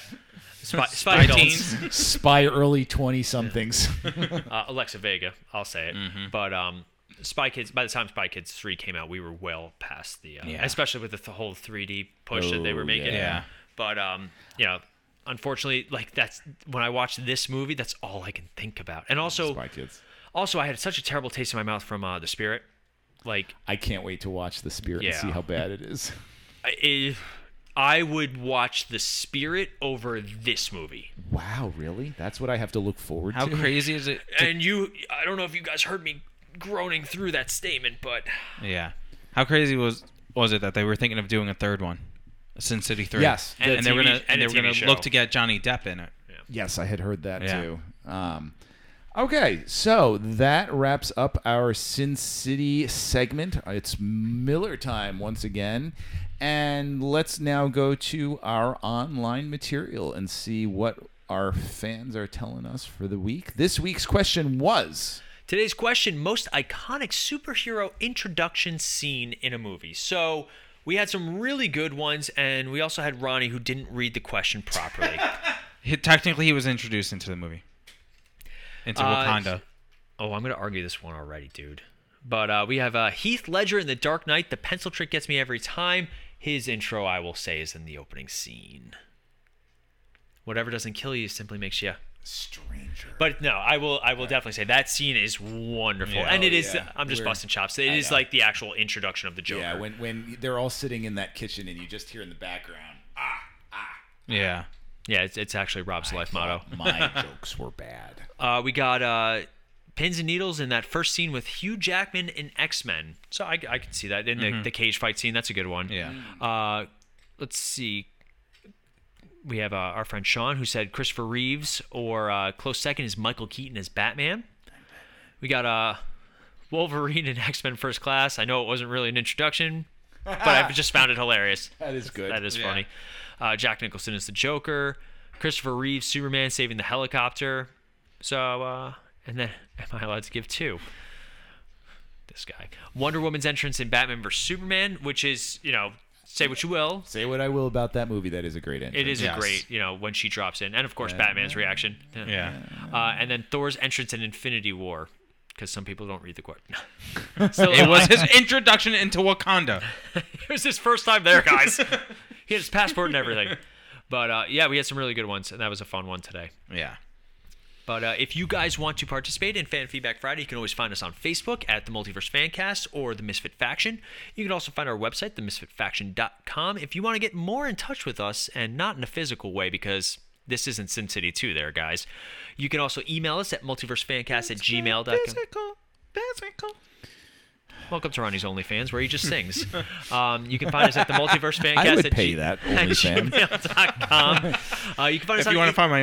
K: Spy, Spy
I: Spy
K: Adults.
J: Spy early twenty somethings.
K: uh, Alexa Vega, I'll say it.
I: Mm-hmm.
K: But um, Spy Kids. By the time Spy Kids three came out, we were well past the, uh,
I: Yeah.
K: especially with the th- whole 3D push that they
J: Oh,
K: were making.
I: yeah.
K: But um, you know, unfortunately, like that's when I watched this movie, that's all I can think about. And also,
J: Spy Kids.
K: also I had such a terrible taste in my mouth from uh, The Spirit. Like
J: I can't wait to watch The Spirit and
K: Yeah.
J: see how bad it is. *laughs*
K: I, I would watch The Spirit over this movie.
J: Wow, really? That's what I have to look forward
I: How
J: to.
I: crazy is it? to-
K: And you, I don't know if you guys heard me groaning through that statement, but
I: Yeah. How crazy was was it that they were thinking of doing a third one, a Sin City three?
J: Yes.
I: and,
K: And a
I: they were
K: TV
I: gonna and
K: and
I: they
K: a
I: were gonna
K: TV
I: look
K: show.
I: to get Johnny Depp in it.
J: Yes, I had heard that
I: Yeah.
J: too. Um, okay, so that wraps up our Sin City segment. It's Miller time once again. And let's now go to our online material and see what our fans are telling us for the week. This week's question was
K: Today's question most iconic superhero introduction scene in a movie. So we had some really good ones, and we also had Ronnie who didn't read the question properly.
I: He, technically, he was introduced into the movie, into
K: Uh,
I: Wakanda.
K: oh, I'm going to argue this one already, dude. But uh, we have uh, Heath Ledger in The Dark Knight. The pencil trick gets me every time. His intro, I will say, is in the opening scene. Whatever doesn't kill you simply makes you
J: Stranger.
K: But no, I will. I will definitely say that scene is wonderful,
I: Yeah.
K: and it
J: Oh,
K: is. uh,
J: yeah.
K: I'm just
J: We're-
K: busting chops. It
J: I
K: is
J: know.
K: like the actual introduction of the Joker.
J: Yeah, when, when they're all sitting in that kitchen and you just hear in the background, ah,
I: Yeah.
K: Yeah, it's, it's actually Rob's life motto.
J: *laughs* my jokes were bad.
K: Uh, we got uh, pins and needles in that first scene with Hugh Jackman in X Men. So I, I can see that in the, the cage fight scene. That's a good one.
I: Yeah.
K: Uh, let's see. We have uh, our friend Sean who said Christopher Reeves, or uh, close second is Michael Keaton as Batman. We got uh, Wolverine in X Men First Class. I know it wasn't really an introduction, but I just found it hilarious.
J: That is good.
K: That is
I: Yeah.
K: funny. Uh, Jack Nicholson is the Joker. Christopher Reeve, Superman saving the helicopter. So, uh, and then am I allowed to give two? This guy. Wonder Woman's entrance in Batman vs Superman, which is you know Say what you will.
J: Say what I will about that movie. That is a great entrance.
K: It is a great, you know, when she drops in, and of course
J: Yeah.
K: Batman's reaction.
J: Yeah.
K: Uh, and then Thor's entrance in Infinity War, because some people don't read the quote. *laughs*
I: it was *laughs* his introduction into Wakanda.
K: *laughs* it was his first time there, guys. he had his passport and everything. But uh, yeah, we had some really good ones, and that was a fun one today.
I: Yeah.
K: But uh, if you guys want to participate in Fan Feedback Friday, you can always find us on Facebook at the Multiverse Fancast or the Misfit Faction. You can also find our website, themisfitfaction.com. If you want to get more in touch with us and not in a physical way, because this isn't Sin City 2 there, guys, you can also email us at multiversefancast at gmail.com. Welcome to Ronnie's OnlyFans, where he just sings. *laughs* Um, you can find us at the Multiverse Fancast.
J: I would
K: at
J: pay
K: g- *laughs*
J: that
K: at
J: OnlyFans.
K: gmail.com. Uh, you can find us
I: If
K: on
I: you want
K: in-
I: to find my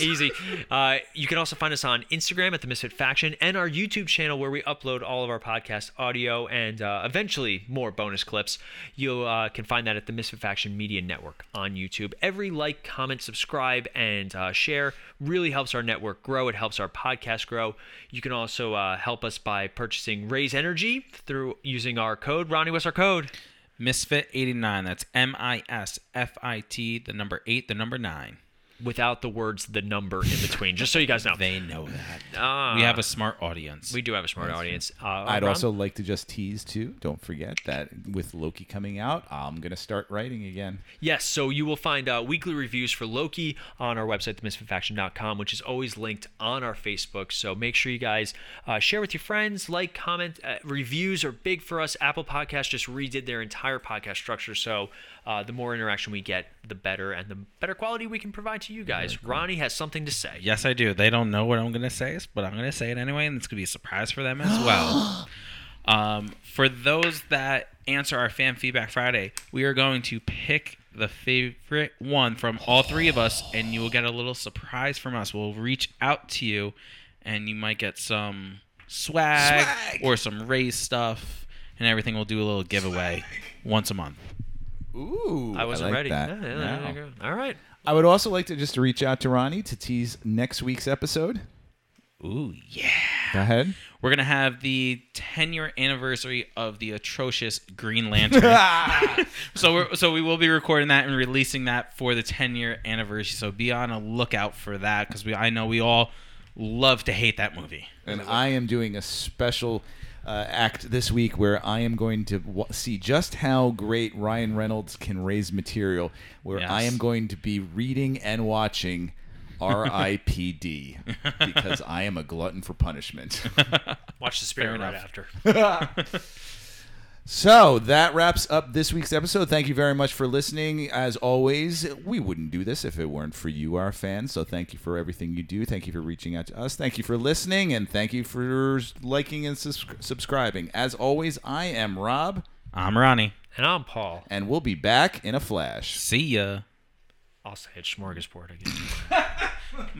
K: *laughs* Easy. Uh, you can also find us on Instagram at the Misfit Faction and our YouTube channel where we upload all of our podcast audio and uh, eventually more bonus clips. You uh, can find that at the Misfit Faction Media Network on YouTube. Every like, comment, subscribe, and uh, share really helps our network grow. It helps our podcast grow. You can also uh, help us by purchasing Raise Energy through using our code. Ronnie, what's our code?
I: Misfit89. That's M I S F I T, the number eight, the number nine.
K: Without the words the number in between, just so you guys know.
I: They know that.
K: Ah.
I: we have a smart audience.
K: We do have a smart audience. Uh,
J: I'd
K: Ron?
J: also like to just tease too. Don't forget that with Loki coming out, I'm gonna start writing again.
K: Yes, so you will find uh, weekly reviews for Loki on our website, themisfitfaction.com, which is always linked on our Facebook. So make sure you guys uh, share with your friends, like, comment. Uh, reviews are big for us. Apple Podcasts just redid their entire podcast structure. So uh, the more interaction we get, the better, and the better quality we can provide to you guys. Ronnie has something to say.
I: Yes, I do. They don't know what I'm gonna say, but I'm gonna say it anyway, and it's gonna be a surprise for them as well. um, for those that answer our fan feedback Friday, we are going to pick the favorite one from all three of us, and you will get a little surprise from us. We'll reach out to you, and you might get some swag, or some raise stuff, and everything. We'll do a little giveaway once a month.
J: Ooh,
K: I wasn't
J: like
K: ready.
J: that.
K: Yeah, yeah, there
J: Now.
K: you go. All right.
J: I would also like to just reach out to Ronnie to tease next week's episode.
I: Ooh, yeah.
J: Go ahead.
I: We're gonna have the 10 year anniversary of the atrocious Green Lantern. so we're, so we will be recording that and releasing that for the 10 year anniversary. So be on a lookout for that because we I know we all love to hate that movie.
J: And I am doing a special uh, act this week where I am going to w- see just how great Ryan Reynolds can raise material. Where I
I: Yes.
J: am going to be reading and watching R.I.P.D. because I am a glutton for punishment. *laughs*
K: Watch the spirit
I: Fair
K: right
I: enough.
K: after.
J: So that wraps up this week's episode. Thank you very much for listening. As always, we wouldn't do this if it weren't for you, our fans. So thank you for everything you do. Thank you for reaching out to us. Thank you for listening, and thank you for liking and sus- subscribing. As always, I am Rob,
I: I'm Ronnie.
K: and I'm Paul.
J: and we'll be back in a flash.
I: See ya.
K: I'll say it smorgasbord again.